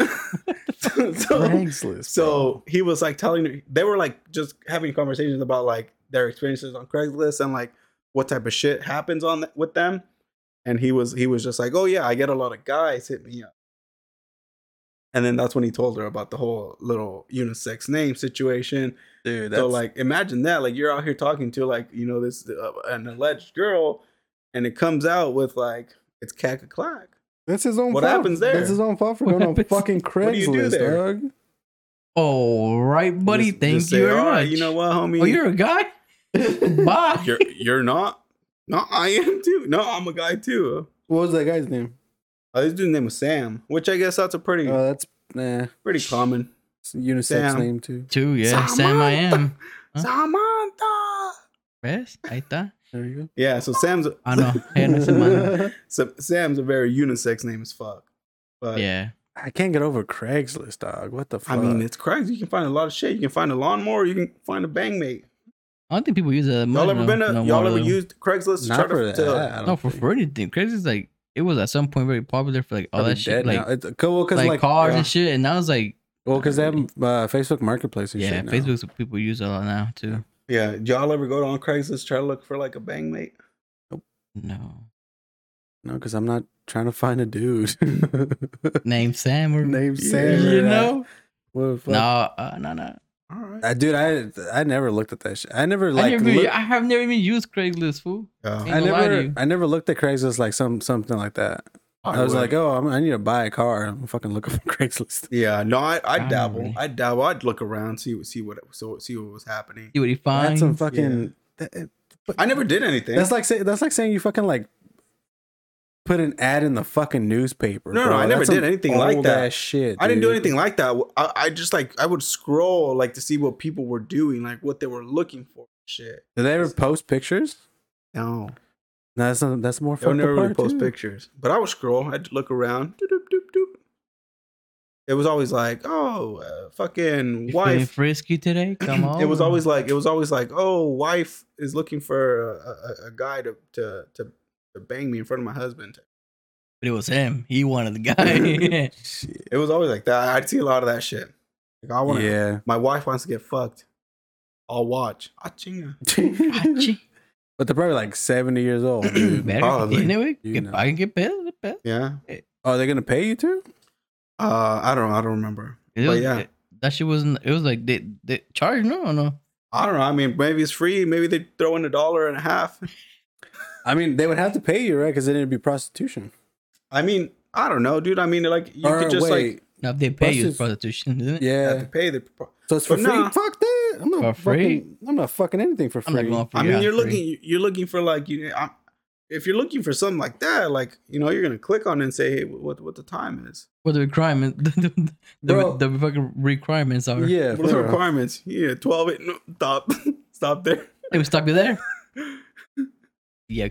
so,
Craigslist.
so he was like telling her they were like just having conversations about like their experiences on Craigslist and like what type of shit happens on th- with them. And he was he was just like, oh yeah, I get a lot of guys hit me up. And then that's when he told her about the whole little unisex name situation.
bro. dude,
so like, imagine that like you're out here talking to like you know this uh, an alleged girl, and it comes out with like it's cack a clack.
that's his own.
what
fault.
happens there?
That's his own fault for
What
going on
happens-
fucking
What do you do
Craigslist,
there?
dog.
All right, buddy.
Just-
Thank
just
you
say,
very
"All right,
much.
You know what, homie?
Oh, you're a guy? Bye.
you're you're not. No, I am too. No, I'm a guy too.
What was that guy's name?
Uh, this dude's name was Sam, which I guess that's a pretty
Oh, that's nah.
pretty common.
It's a unisex
Sam.
name too.
Two, yeah. Sam, I am. Huh?
Samantha.
¿Ves? Ahí está.
There you
Yeah, so Sam's a-
Ah, no. Hay una semana.
go.
so Sam's a very unisex name as fuck. But
Yeah.
I can't get over Craigslist, dog. What the fuck?
I mean, it's crazy. You can find a lot of shit. You can find a lawnmower. You can find a bangmate.
I don't think people use that much.
Y'all ever
no,
been? A,
no
y'all
more,
ever
though.
used Craigslist to
not
try
for
to?
that. I
to
don't
No, for,
think.
for anything. Crazy is like, it was at some point very popular for like all
Probably
that shit.
dead now.
Like,
It's- well, cause
like,
like,
cars
yeah.
and shit. And I was like,
well, because they have uh, Facebook Marketplace and
yeah,
shit. now.
Facebook's what people use a lot now, too.
yeah, do y'all ever go on Craigslist to try to look for like a bangmate?
No.
No, because I'm not trying to find a dude.
Name Sam or.
Name
Yeah.
Sam. or
You
that.
know?
What the fuck?
No, uh, no, no.
All right.
I, dude, I I never looked at that shit. I never like
I, never,
look-
I have never even used Craigslist, fool.
Yeah.
ain't
I
gonna lie to
never
you.
I never looked at Craigslist like some something like that. I, was
would.
like, oh, I'm, I need to buy a car. I'm fucking looking for Craigslist.
yeah, no, I, I
don't
dabble.
really.
I dabble. I'd look around, see see what so see what was happening.
See what he
That's
finds.
some fucking. that-
I never did anything.
that's like say, that's like saying you fucking like put an ad in the fucking newspaper.
No, no,
bro.
I never
That's some
did anything like
old
that.
ass Shit,
I didn't do
dude.
anything like that. I, I just like I would scroll like to see what people were doing, like what they were looking for, shit.
Did they ever post pictures?
No.
No, that's not, that's more.
They would
fucked
never
up
really
part,
post
too.
pictures. But I would scroll. I'd look around. Doop, doop, doop, doop. It was always like, oh, uh, fucking
You feeling
wife.
frisky today? Come on.
It was always like, it was always like, oh, wife is looking for a, a, a guy to, to to to bang me in front of my husband.
But it was him. He wanted the guy.
Shit.
It was always like that. I'd see a lot of that shit. Like I want to.
Yeah.
My wife wants to get fucked. I'll watch. Achinga.
but they're probably like seventy years old. dude.
Better.
Probably.
Anyway,
You
get-
know.
I can get pissed. get pissed.
Yeah.
Oh, they're gonna pay you too?
Uh, I don't. I don't remember.
It
But
was-
yeah.
it- that shit wasn't. It was like they they charged no or no.
I don't know. I mean, maybe it's free. Maybe they throw in a dollar and a half.
I mean, they would have to pay you, right? Because then it'd be prostitution.
I mean, I don't know, dude. I mean, like you
Or
could just
wait,
like
No, if they pay you
Prostitu-
it's prostitution, isn't it?
have
yeah.
to pay the. pro-
So it's for
But
free.
nah.
Fuck that. I'm not
For free?
Fucking, I'm not fucking anything for
I'm
free.
not going for
I mean,
yeah,
you're
free.
looking. You're looking for like you. I'm, if you're looking for something like that, like you know, you're gonna click on it and say, "Hey, what what the time is?
What the requirement? The, the,
Bro.
the, the fucking requirements are.
yeah.
What are the
for-
requirements? Yeah, twelve. Eight, no, stop, stop there.
They would stop you there. yeah,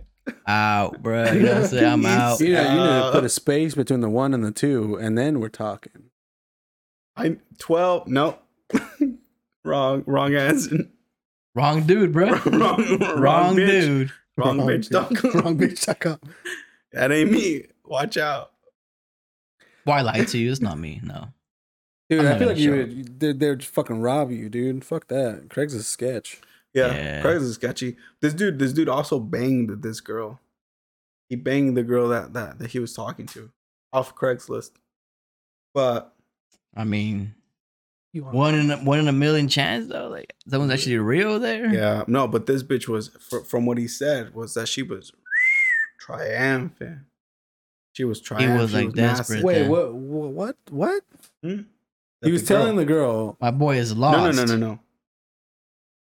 out, bro. You know what I'm saying? I'm out.
You, know, you need to
Uh,
put a space between the one and the two, and then we're talking.
I twelve. No, wrong, wrong answer.
Wrong dude, bro.
wrong, wrong,
Wrong
bitch.
dude.
Wrong, bitch. Don't-
Wrong bitch. dot com.
That ain't me. Watch out.
Why I lied to you? It's not me. No.
Dude,
I'm
I
not
feel
gonna
like you
show
would, you- they, they would fucking rob you, dude. Fuck that. Craig's a sketch.
Yeah,
Yeah.
Craig's is sketchy. This dude, this dude also banged this girl. He banged the girl that that, that he was talking to off Craigslist. But
I mean,
You are-
one in a, one in a million chance though. Like someone's actually real there.
yeah, no. But this bitch was, fr- from what he said, was that she was triumphant. She was triumphant.
was,
She
like,
nasty.
desperate.
Wait,
then.
what? wha- What? What?
Hmm?
He was telling the
girl.
girl.
My boy is lost.
No, no, no, no, no.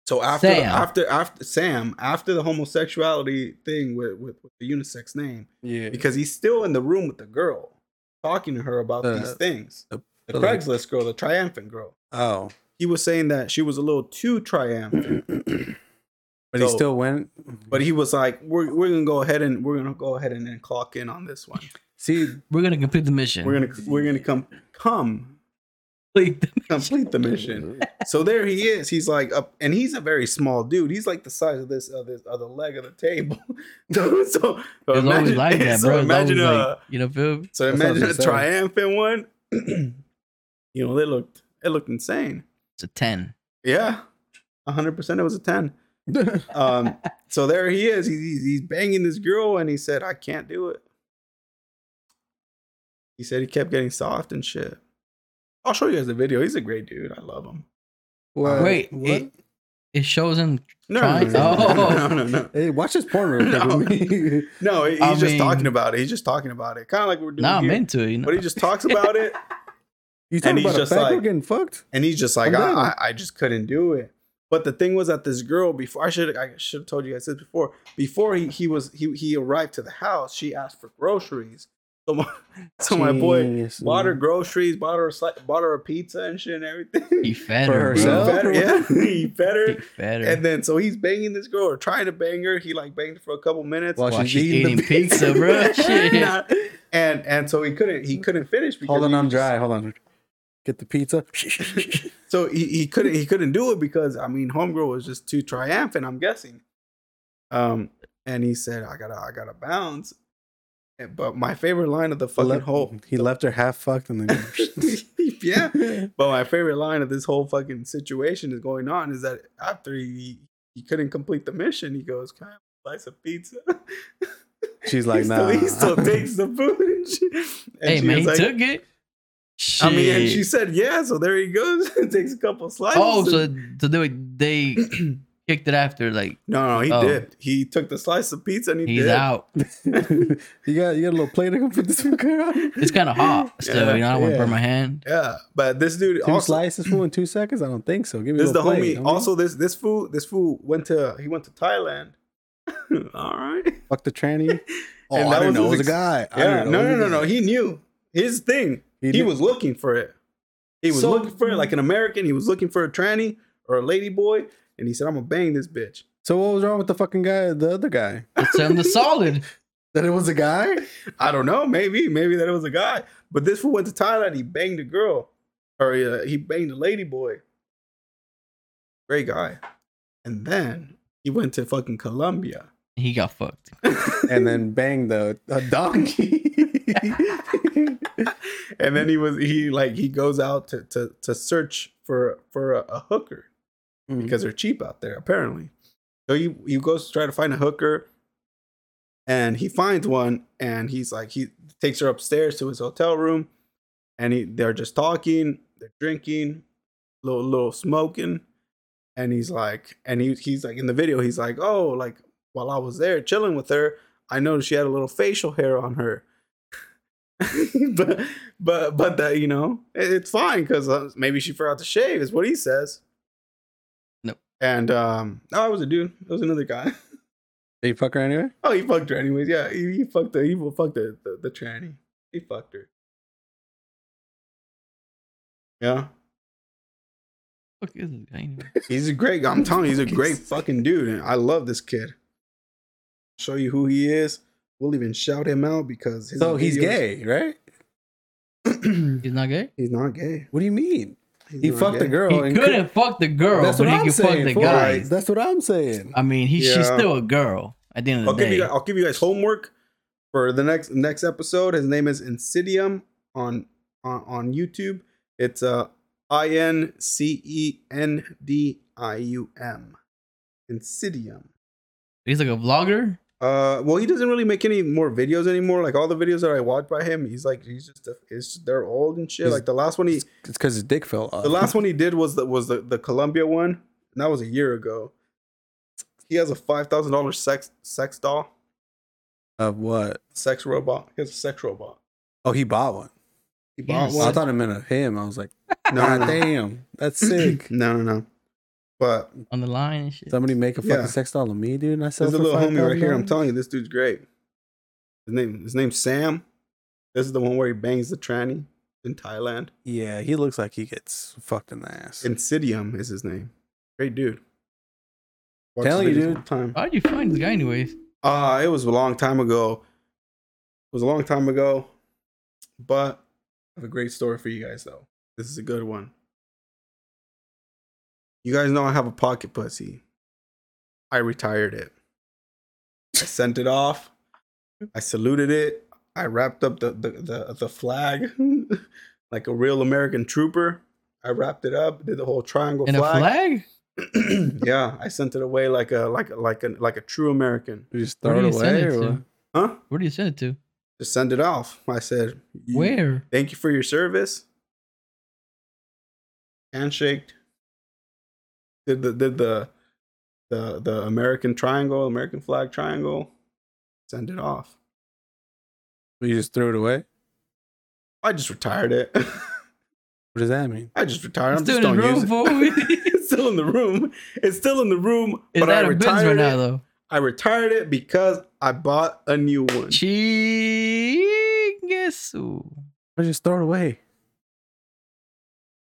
So after
Sam.
after after Sam after the homosexuality thing with, with with the unisex name
Yeah.
because he's still in the room with the girl talking to her about
Uh,
these things.
uh,
The,
but like-
Craigslist girl, the triumphant girl.
Oh.
He was saying that she was a little too triumphant,
But he
So-
still went.
but he was like, "We're we're gonna go ahead and we're gonna go ahead and, then clock in on this one.
See,
We're gonna complete the mission.
We're gonna we're gonna come come
complete the
complete the mission. So there he is. He's like up, and he's a very small dude. He's like the size of this of this of the leg of the table. so, so
It's always
imagine,
like that,
so
bro. It's
imagine uh,
always
a
like, you know, feel me?
so
That's what I was
imagine a
gonna say.
triumphant one. you know, it looked it looked insane.
it's a ten.
Yeah, hundred percent. It was a ten. Um, so there he is. He's, he's he's banging this girl, and he said, "I can't do it." He said he kept getting soft and shit. I'll show you guys the video. He's a great dude. I love him.
what?
Wait,
What?
it, it shows him.
No,
Trying-
no, no, no,
Oh.
no, no, no.
Hey, watch this porn real quick with me.
No, he- he's
I
just
mean-
talking about it. He's just talking about it, kind of like we're doing.
Nah, I'm
here.
into it. You know,
But he just talks about it,
You talking
he's
about a
just
fat girl
like-
getting fucked?
and he's just like,
I'm
I,
down.
I, I just couldn't do it. But the thing was that this girl before I should I should have told you guys this before. Before he he was he he arrived to the house, she asked for groceries. So my, so my boy
Jeez,
bought her
man.
groceries, bought her a sli- bought her a pizza and shit and everything.
he fed
For
her,
He
bro.
herself?
fed her, yeah, he fed her.
He fed her.
And then so he's banging this girl or trying to bang her. He like banged her for a couple minutes.
While
While
she's
she's
eating the
eating pizza, bro. Shit.
Nah. and and so he couldn't he couldn't finish because
Hold on,
he
I'm
was just-
dry. Hold on. Get the pizza.
So he, he couldn't he couldn't do it because I mean homegirl was just too triumphant. I'm guessing. Um, and he said I gotta I gotta bounce. And- But my favorite line of the fucking
Left-
whole
He left her half fucked and then.
yeah. But my favorite line of this whole fucking situation is going on is that after he he couldn't complete the mission, he goes, "Can I have a slice of pizza?"
She's like,
he
nah.
Still, he still takes the food. And she, and
hey
she
man,
was
he
like-
took it.
I mean, and she
Shit.
said, "Yeah." So there he goes. takes a couple slices.
Oh,
and-
so so they they kicked it after like
No, no, he
Oh.
did. He took the slice of pizza and he
he's
did.
out.
you got you got a little plate I can put this fucker on.
It's kind of hot still.
Yeah,
you know, I don't want to
yeah.
burn my hand.
Yeah, but this dude
Two
also
slices fool in two seconds? I don't think so. Give me
this is
a
the
little plate,
homie.
homie.
Also, this this fool this fool went to he went to Thailand. All right.
fuck the tranny. Oh, I
And that
didn't
was
know it
his
was a guy.
ex-
I
Yeah.
didn't know
No,
it
no,
was a
no, no.
guy.
He knew his thing.
He
He,
knew-
was looking for it. He was
So-
looking for it like an American. He was looking for a tranny. or a lady boy, and he said, "I'm gonna bang this bitch."
So what was wrong with the fucking guy? The other guy
It's on the solid.
that it was a guy.
I don't know, maybe, maybe that it was a guy, but this fool went to Thailand. He banged a girl, or uh, he banged a lady boy. Great guy, and then he went to fucking Colombia.
He got fucked.
and then bang the a donkey.
and then he was he like he goes out to to, to search for for a, a hooker
Mm-hmm.
because they're cheap out there apparently. So he he goes to try to find a hooker, and he finds one, and he's like he takes her upstairs to his hotel room, and he they're just talking, they're drinking, little little smoking, and he's like, and he he's like in the video he's like, oh like while I was there chilling with her, I noticed she had a little facial hair on her. but but but that you know it- it's fine because maybe she forgot to shave is what he says.
Nope.
And um, oh, it was a dude. It was another guy.
Did you fuck her anyway?
Oh, he fucked her anyways. Yeah, he, he fucked the he fucked the, the the tranny. He fucked her. Yeah,
Fuck is this guy anyway?
he's a great. guy. I'm telling you, he's a great fucking dude, and I love this kid. Show you who he is. We'll even shout him out because his
So he's
videos-
gay, right?
He's not gay.
He's not gay.
What do you mean?
He's
He
not
fucked
gay.
the girl.
He couldn't fuck the girl,
That's
but
what
he
I'm
can fuck
saying.
the
fool.
guy.
That's what I'm saying.
I mean, he she's
Yeah.
still a girl at the end of the
I'll give
day.
you. guys- I'll give you guys homework for the next next episode. His name is Insidium on on, on YouTube. It's uh I N C E N D I U M. Insidium.
He's like a vlogger.
Uh, well, he doesn't really make any more videos anymore. Like all the videos that I watch by him, he's like he's just a, it's they're old and shit.
He's-
like the last one he
It's because his dick fell off.
the last one he did was the was the, the Columbia one, and that was a year ago. He has a five thousand dollars sex sex doll,
of what?
sex robot. He has a sex robot.
Oh, he bought one.
He
Yes.
bought
I
one.
thought it meant of him. I was like,
No,
God
no, no.
damn, that's sick.
no, no, no. But
on the line and shit.
Somebody make a fucking
Yeah.
sex doll of me, dude. And I sell
there's a
for
little homie right here. I'm
$5,000?
telling you, this dude's great. His name, his name's Sam. This is the one where he bangs the tranny in Thailand.
Yeah, he looks like he gets fucked in the ass.
Insidium is his name. Great dude. Watch
Telling
his
you,
videos all
dude.
the Time.
How'd you find this guy, anyways?
Uh, it was a long time ago. It was a long time ago, but I have a great story for you guys though. This is a good one. You guys know I have a pocket pussy. I retired it. I sent it off. I saluted it. I wrapped up the the the, the flag like a real American trooper. I wrapped it up, did the whole triangle
And a flag?
yeah, I sent it away like a like a like a like a true American.
You just
Where
throw
do
it
you send
away.
it
Or
to?
what?
Huh?
Where do you send it to?
Just send it off. I said, "You-
Where?
Thank you for your service. Handshake. Did the did the the the American triangle, American flag triangle. Send it off.
You just threw it away.
I just retired it.
What does that mean?
I just retired. I'm
It's
just
still in
don't
the
use it.
room, fool.
it's still in the room. It's still in the room.
Is
but I
that a business
retired
right
it.
now, though?
I retired it because I bought a new one.
Chingisu.
I just throw it away.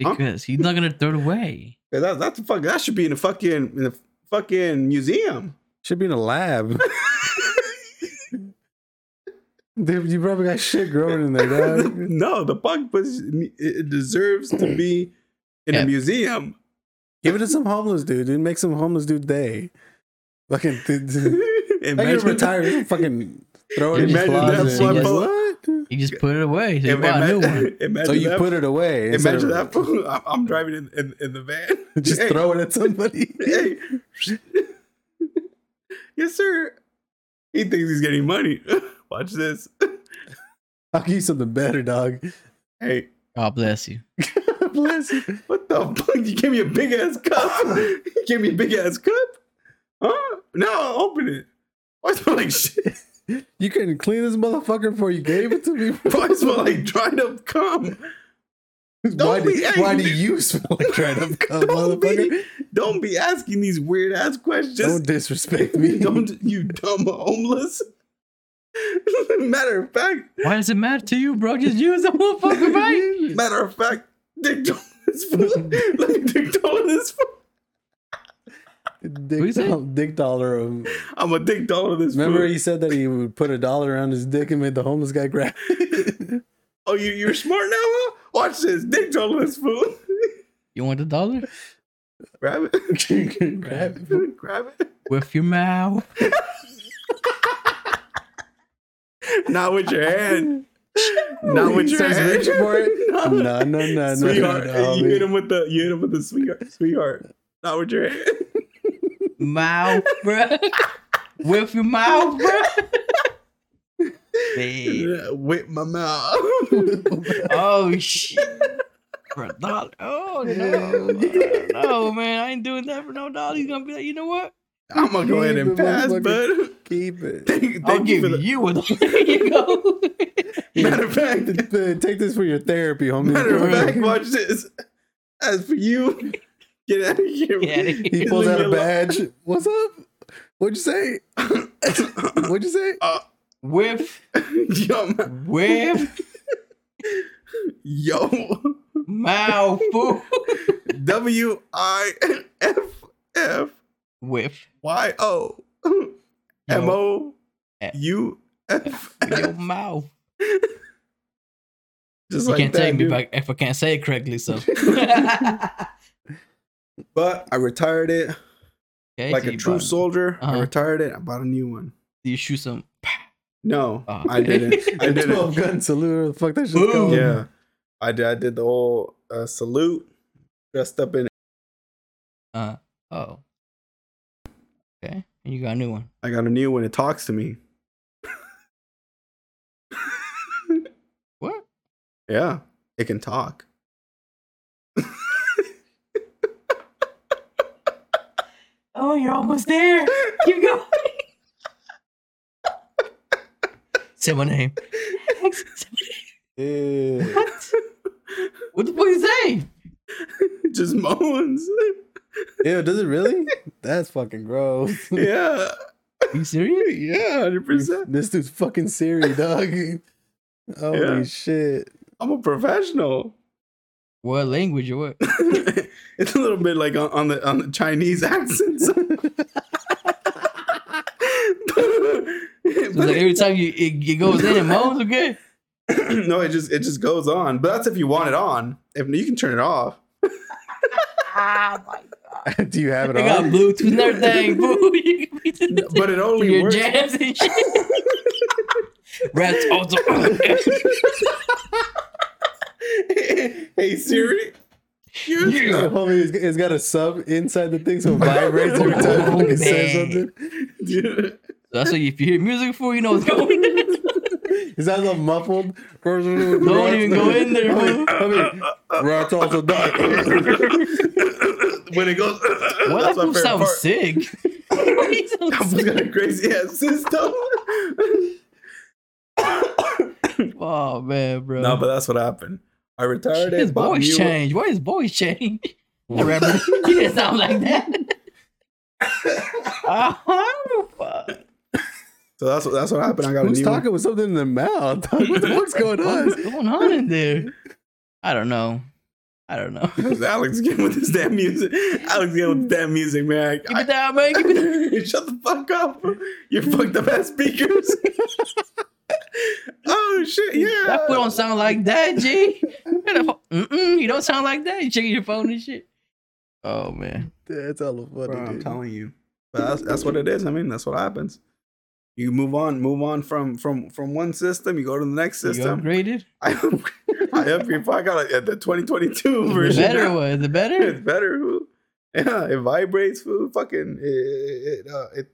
Huh?
Because he's not gonna throw it away.
Yeah, that, that's the fuck. That should be in a fucking in a fucking museum.
Should be in a lab. Dude, you probably got shit growing in there, dog.
no, the bug was it it deserves to be in
Yeah.
a museum.
Give it to some homeless dude, dude. Make some homeless dude day. Fucking, dude, dude. I get
imagine,
retired. you don't Fucking throw it in your
imagine that
closet.
fool- Yes.
fuck-
What?
He just put it away. So he
im-
bought a new
ima-
one.
imagine
So you
that,
put it away. instead
Imagine
of-
that. fool. I'm, I'm driving in, in, in the van.
Just
Hey,
throw it at somebody.
hey. yes, sir. He thinks he's getting money. Watch this.
I'll give you something better, dog.
Hey,
God Oh, bless you.
Bless you.
what the fuck? You gave me a big ass cup. you gave me a big ass cup. Huh? No, open it. Why smell like shit?
You couldn't clean this motherfucker before you gave it to me.
Why smell like dried up cum?
why,
Don't
do,
be angry.
why do you smell like dried up cum,
Don't
motherfucker?
be, don't be asking these weird ass questions.
Don't disrespect me.
Don't- you dumb homeless. matter of fact,
Why does it matter to you, bro? Just use the motherfucker, right?
matter of fact, Dick Dolan is full. Let me Dick Dolan is full. Dick,
you say?
doll- dick dollar. him.
I'm a dick dollar this
Remember,
fool.
he said that he would put a dollar around his dick and made the homeless guy grab. it?
Oh, you you're smart now? huh? Watch this. Dick dollar this fool.
You want a dollar
Grab it.
Grab it,
it. Grab it.
with your mouth?
Not with your hand. Not with
He
your
starts
hand.
reaching for it.
Not with-
no, no, no, no,
sweetheart.
no,
you
homie.
hit him with the you hit him with the sweetheart. Sweetheart. Not with your hand.
mouth, bruh. with your mouth, bruh. Damn.
Whip my mouth.
Oh shit. For a dollar. Oh no. no, man. I ain't doing that for no dollar. He's gonna be like, you know what?
I'm gonna go ahead and
Keep it,
pass,
motherfucker.
bud.
Keep it.
Thank,
I'll
thank you
give
for the
you a dollar. There you go.
matter of fact.
Th- th- Take this for your therapy, homie.
Matter of fact, watch this. As for you, get out of here.
Get outta here.
he
Just
pulls
leave
out
me
a
alone.
badge. What's up? What'd you say? What'd you say?
with
yo, ma-
with
yo,
mouth fool.
W I F F
with
Y O M O U F.
your mouth.
Just
You
like
can't
that,
take me
dude.
if I, if I can't say it correctly. So
But I retired it
Okay,
like
so
a
you
true
bought-
soldier. I
Uh-huh.
retired it. I bought a new one.
You shoot some.
No,
Oh.
I didn't. I
The
didn't.
12 gun salute. or The fuck that shit's
Boom.
called.
Yeah, I did. I did the whole uh, salute, dressed up in
Uh oh. Okay, and you got a new one.
I got a new one. It talks to me.
What?
Yeah, it can talk.
Oh, you're almost there. Keep going. Say my name.
Yeah.
What? What the fuck you say?
It just moans.
Ew, does it really? That's fucking gross.
yeah,
you serious?
yeah, hundred percent.
this dude's fucking Siri, dog. Holy
Yeah.
shit.
I'm a professional.
What language or what?
it's a little bit like on, on the on the Chinese accents.
So it's like every time you it, it goes in, it moans. Okay.
no, it just it just goes on. But that's if you want it on. If you can turn it off.
Do you have
They
it
got
on?
Bluetooth and everything. Boo. You can be to
But it only
your
works.
jams and shit. Rats also.
hey Siri. Use
The
Yeah.
homie, it's- it's got a sub inside the thing, so it vibrates every time it
Oh,
fucking says
man.
something.
Dude.
That's why if you hear music before, you know what's going on.
It sounds all muffled. Don't
Don't even go in there, fool.
Rats also die.
when it goes,
Well, that
that's my
fool
favorite
sounds
part.
sick. He sounds
That was
sick.
got a crazy ass system.
Oh man, bro.
no, but that's what happened. I retired
his
it. bought a
voice
new one.
changed. Why his voice changed? The rapper. he didn't sound like that. uh-huh. fuck.
So that's what that's what happened. I got a
Who's
new
talking with something in their mouth? dog? What the fuck's going on?
What's going on in there? I don't know. I don't know.
One. It's Alex getting with this damn music. Alex getting with damn music, man.
Give
I,
me that, man. Give me that.
Shut the fuck up. You fucked up ass speakers. oh shit, yeah.
That fool don't sound like that, G. Mm-mm, you don't sound like that. You checking your phone and shit. Oh man.
That's all funny.
Bro, I'm
dude.
telling you. But that's that's what it is. I mean, that's what happens. You move on, move on from from from one system. You go to the next
You
system.
upgraded?
I up- I upgrade. I got like, the 2022
Is
version.
it better or is it
It's
better?
better. fool. Yeah, it vibrates. Food. Fucking it. it, it, uh, it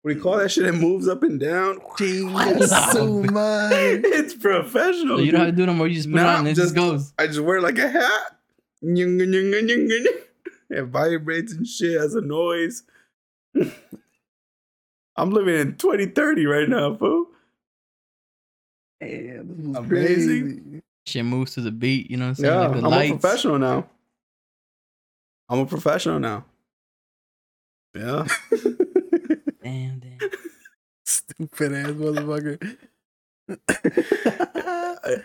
what do you call that shit? It moves up and down.
Jesus, so much.
It's professional.
So you don't have
dude.
to do no more, you just put it
Nah,
on and it
just-
just goes.
I just wear like a hat. It vibrates and shit has a noise. I'm living in 2030 right now, fool.
Damn, this is
Amazing.
crazy.
Shit moves to the beat, you know what I'm saying?
Yeah,
like the
I'm a
lights.
professional now. I'm a professional now. Yeah.
Damn, damn.
Stupid ass motherfucker.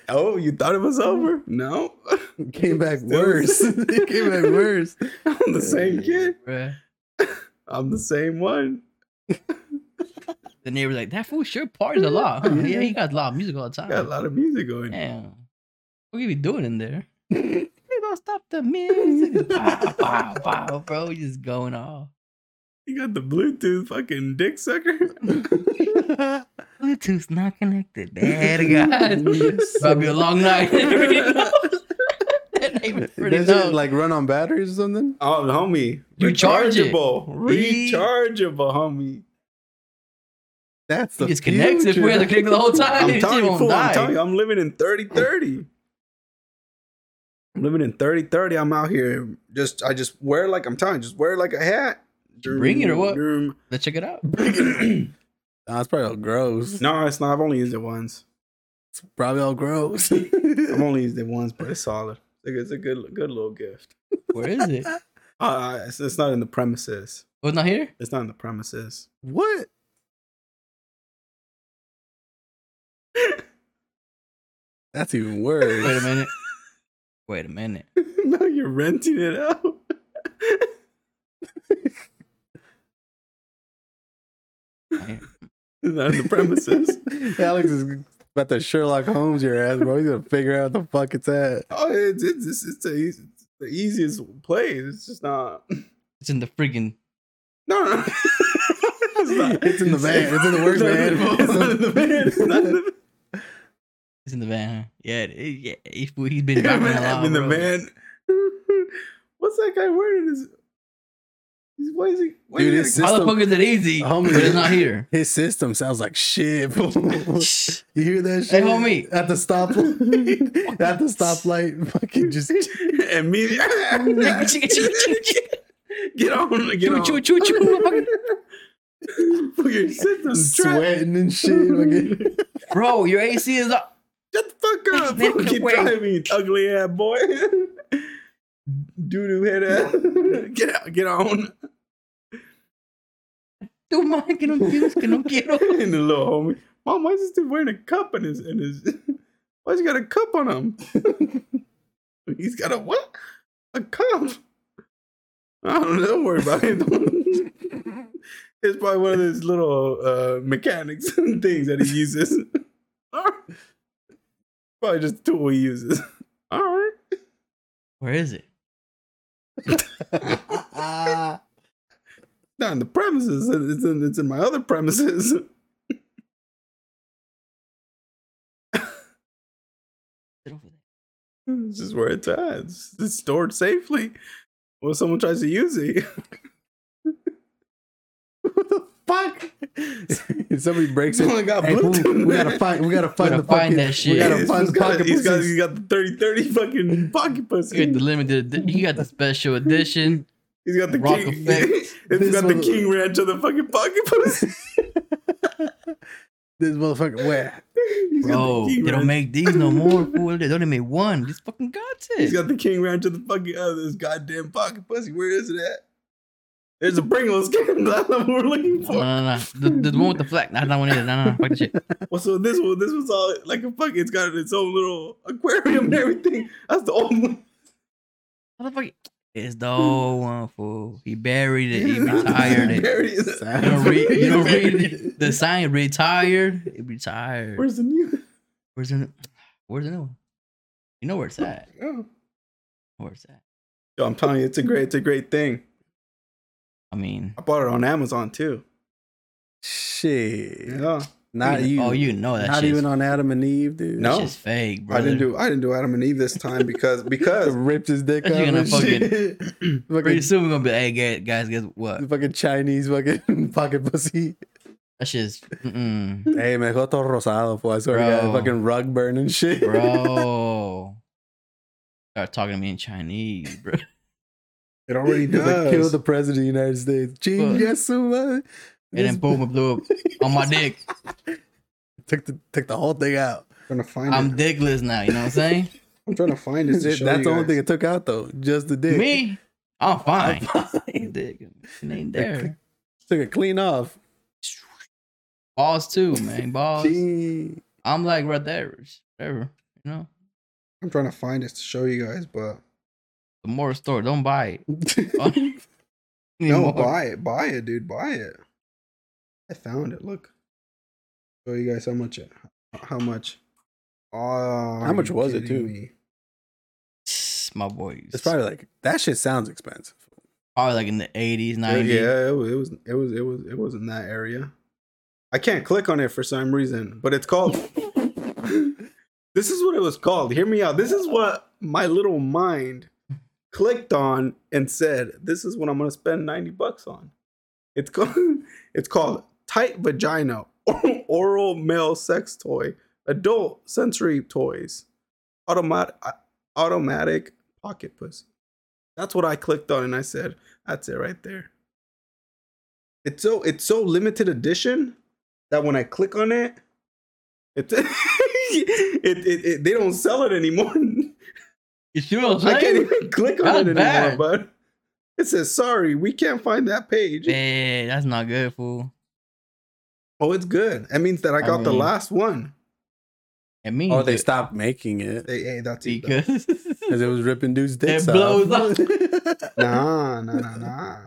oh, you thought it was over? No,
Came back worse. It Came back worse.
I'm the same kid.
Bruh.
I'm the same one.
The neighbor's like, that fool sure parties a lot. Huh? Yeah, he got a lot of music all the time.
Got a lot of music going.
Damn. What you be doing in there? you don't stop the music. wow, wow, wow, bro. You just going off.
You got the Bluetooth fucking dick sucker.
Bluetooth's not connected. Bad guys. That'll be a long night. that neighbor pretty
Does
knows.
it like run on batteries or something?
oh, homie.
You charge it.
Rechargeable.
Re-
Rechargeable, homie.
That's the
He just connects it. We had to
future.
connect the whole time.
I'm
She
telling you,
won't
fool, I'm
die.
telling you, I'm living in 30 30. I'm living in 30 30. I'm out here. Just I just wear like I'm telling you, just wear like a hat.
Bring it or what?
Droom.
Let's check it out.
Nah, it's probably all gross.
No, it's not. I've only used it once.
It's probably all gross.
I've only used it once, but it's solid. Like, It's a good good little gift.
Where is it?
Uh, it's, it's not in the premises.
Oh, it's not here?
It's not in the premises.
what? That's even worse.
Wait a minute. Wait a minute.
now you're renting it out.
I-
It's not in the premises.
Alex is about to Sherlock Holmes your ass, bro. He's gonna figure out what the fuck it's at.
oh, it's it's it's, it's, a, it's the easiest place. It's just not.
It's in the freaking.
No, no. it's, not-
It's in the van. It's in the work
It's not
van.
in the- It's not in the van. It's not in the
It's in the van. Huh? Yeah, it is. yeah. He's, he's been
van.
driving a lot,
I'm in the
bro.
van. What's that guy wearing? Is why is he? Why
Dude,
is
it's
he
How the
System-
fuck is it easy?
Homie.
But it's not here.
His system sounds like shit. fool. you hear that shit?
Hey, homie.
At the stoplight. at the stoplight. Fucking just.
and me? get on, get
Choo,
on.
choo, choo, choo,
Put your system's trapped.
Sweating and shit. fucking-
Bro, your AC is up.
Shut the fuck up.
Make
Fuck,
it
keep
wait.
driving, ugly ass boy. Doo doo head ass. Get out, get on.
Tu madre que no quiero, que no quiero.
and the little homie, Mom, why is this dude wearing a cup in his in his why's he got a cup on him? He's got a what? A cup. I don't know, don't worry about it. it's probably one of those little uh mechanics and things that he uses. probably just a tool he uses. Alright.
Where is it?
Not in the premises. It's in it's in my other premises.
Sit over there.
This is where it's at. It's, it's stored safely. Well, someone tries to use it.
what the fuck? if somebody breaks it.
Someone got
Hey, fool,
Bluetooth.
we gotta find. We gotta find
gotta
the
find
fucking.
that
We
shit.
gotta
He's
find the
got,
pocket
he's got,
pussies.
he's got the 30 30 fucking pocket
You got the
pussy.
limited. edi- You got the special edition.
He's got the
rock
king.
effect.
It's
This
got the
one-
king ranch of the fucking pocket pussy.
This motherfucker. Where?
He's got the
Bro,
king
they don't make
ranch.
these no more. Fool. They only made one. This fucking got
He's
it.
got the king ranch of the fucking oh, this goddamn pocket pussy. Where is it at? There's a Pringles can. That's what we're looking
No,
for.
no, no. The, the one with the flag. Nah, that one either. No, no, no. Fuck the shit.
Well, so this one, this was all like a fucking. It's got its own little aquarium and everything. That's the old one.
Motherfucker. It's the old one, fool. He buried it. He retired it.
Buried it.
You don't read, you don't read the sign retired. It retired.
Where's the new?
Where's the Where's the new one? You know where it's at.
Oh.
Where it's at.
Yo, I'm telling you, it's a great, it's a great thing.
I mean,
I bought it on Amazon too.
Shit.
Yeah,
Not you.
Oh, you know that.
Not
shit's,
even on Adam and Eve, dude.
No.
That shit's fake, bro.
I didn't do, I didn't do Adam and Eve this time because because
ripped his dick
You're
off.
gonna
and shit.
Pretty
fucking,
soon we're gonna be, hey guys, guys, guess what?
fucking Chinese fucking pocket pussy.
That shit's, mm-mm.
Hey, me dejó todo rosado, fool. I swear to God,
Bro.
fucking rug burning shit.
bro. Start talking to me in Chinese, bro.
it already
He's like, kill
does.
the president of the United States. Gene,
Fuck.
yes, so much.
And then
Just
boom, it blew up on my dick.
Took the, took the whole thing out.
trying to find
I'm
it.
dickless now. You know what I'm saying?
I'm trying to find it.
That's
to
the
show you
only
guys.
thing it took out, though. Just the dick.
me, I'm fine. Dick, it ain't there.
Took it clean off.
Balls too, man. Balls.
Gene.
I'm like right there, whatever. You know,
I'm trying to find it to show you guys, but
the more store, don't buy it.
No,
anymore.
buy it, buy it, dude, buy it. I found it. Look, show you guys how much. It, how much? Oh, how
much was it, too?
Me?
My boys.
It's probably like that shit sounds expensive.
probably like in the eighties,
It-
nineties.
Yeah, it was, it was, it was, it was, it was in that area. I can't click on it for some reason, but it's called. this is what it was called. Hear me out. This is what my little mind clicked on and said, "This is what I'm gonna spend ninety bucks on." It's called. It's called tight vagina oral male sex toy adult sensory toys automatic automatic pocket pussy. That's what I clicked on and I said, that's it right there. It's so it's so limited edition that when I click on it, it it, it, it they don't sell it anymore.
You see what I'm saying?
I can't even click on
That's
it
bad.
anymore, bud. It says sorry, we can't find that page.
Man, that's not good, fool.
Oh, it's good. That means that I
I
got the
mean-
last one.
It means
Oh, they
it
stopped making it
Hey, hey, that's it. though.
because
because it was ripping dude's
it
dicks
blows
off.
up.
Nah, nah, nah, nah.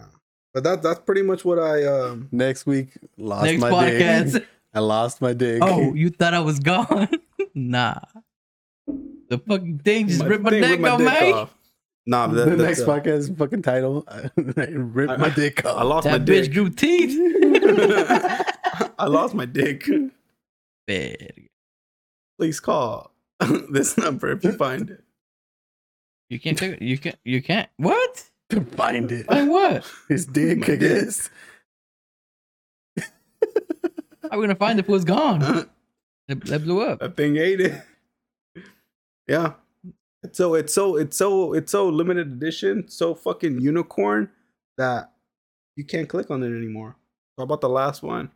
But that that's pretty much what I um
Next week, lost
Next
my
podcast.
dick. I lost my dick.
Oh, you thought I was gone? nah. The fucking thing just
my
ripped my
thing with
dick off, man.
Nah, but
the,
that, that's,
next
uh,
podcast fucking title. I ripped
I-
my dick off.
I lost my
That bitch
dick.
grew teeth.
I lost my dick.
Bad.
Please call this number if you find it.
You can't take it. You can't. You can't. What?
to find it.
Like what?
His dick,
My
I
dick.
guess.
How are we gonna find it if it was gone?
That
That that blew up.
thing ate it. Yeah. It's so it's so it's so it's so limited edition, so fucking unicorn that you can't click on it anymore. How about the last one?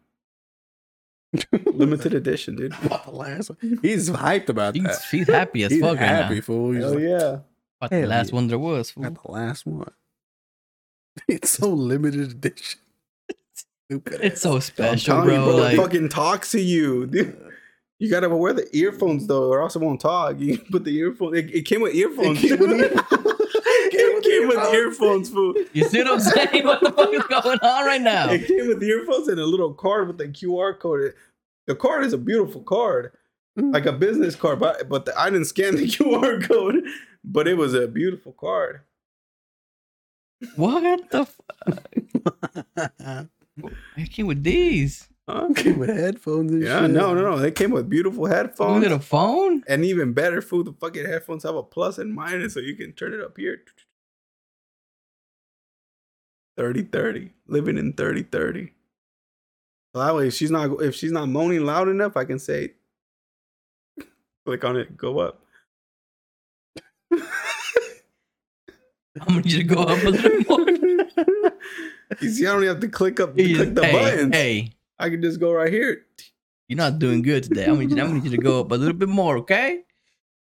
Limited edition, dude.
About the last one. He's hyped about
He's,
that.
he's happy as
He's
fuck right
happy
now.
fool. He's
Hell
like,
yeah.
But the
Hell
last
yeah.
one there was. fool.
Got the last one. It's so limited edition. Stupid
It's so
I'm
special,
telling
bro.
you, it
like,
fucking talks to you, dude. You gotta wear the earphones though, or else it won't talk. You put the earphone. It, it came with earphones.
It came with
dude. It came with earphones, fool.
you see what I'm saying? What the fuck is going on right now?
It came with earphones and a little card with a QR code. It- The card is a beautiful card, like a
Mm.
business card. But but the, I didn't scan the QR code, but it was a beautiful card.
What the? F-
ass.
I came with these.
Huh?
Came with headphones and
Yeah,
shit.
no, no, no. They came with beautiful
Phone?
headphones.
Is it a phone?
And even better, food. The fucking headphones have a plus and minus, so you can turn it up here. 30 30. Living in 30 30. So that way, if she's not if she's not moaning loud enough, I can say, click on it, go up.
I'm gonna need you to go up a little more.
You see, I don't have to click up,
You
click
just-
the
hey,
buttons.
hey,
I can just go right here,
you're not doing good today. I'm gonna, need you- I'm gonna need you to go up a little bit more, okay?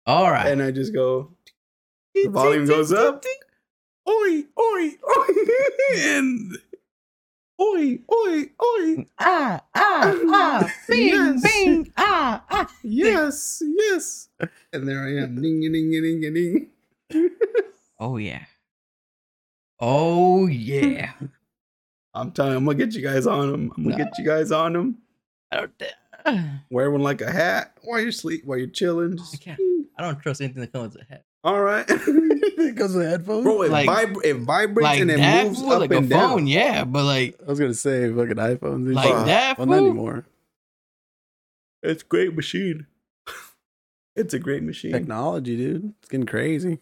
All right.
and I just go. the volume goes up. Oi, oi, oi, and oi, oi, oi.
Ah, ah, ah. Bing,
Yes.
bing, ah, ah.
Yes, yes. And there I am. Ding, ding, ding, ding, ding.
Oh yeah. Oh yeah.
I'm telling you, I'm gonna get you guys on them. I'm gonna get you guys on them.
I don't. th- I
Wear one like a hat while you're sleep, while you're chilling. Just,
can't. I don't trust anything that comes with a hat.
all right,
it comes with headphones.
bro. It,
Like-
vib- it vibrates
Like
and it
that,
moves
fool,
up
like
and
a phone,
down.
yeah, but like
I was gonna say fucking iPhones and
like
shit.
that.
Well,
Fool,
not anymore.
It's a great machine. it's a great machine.
Technology, dude. It's getting crazy.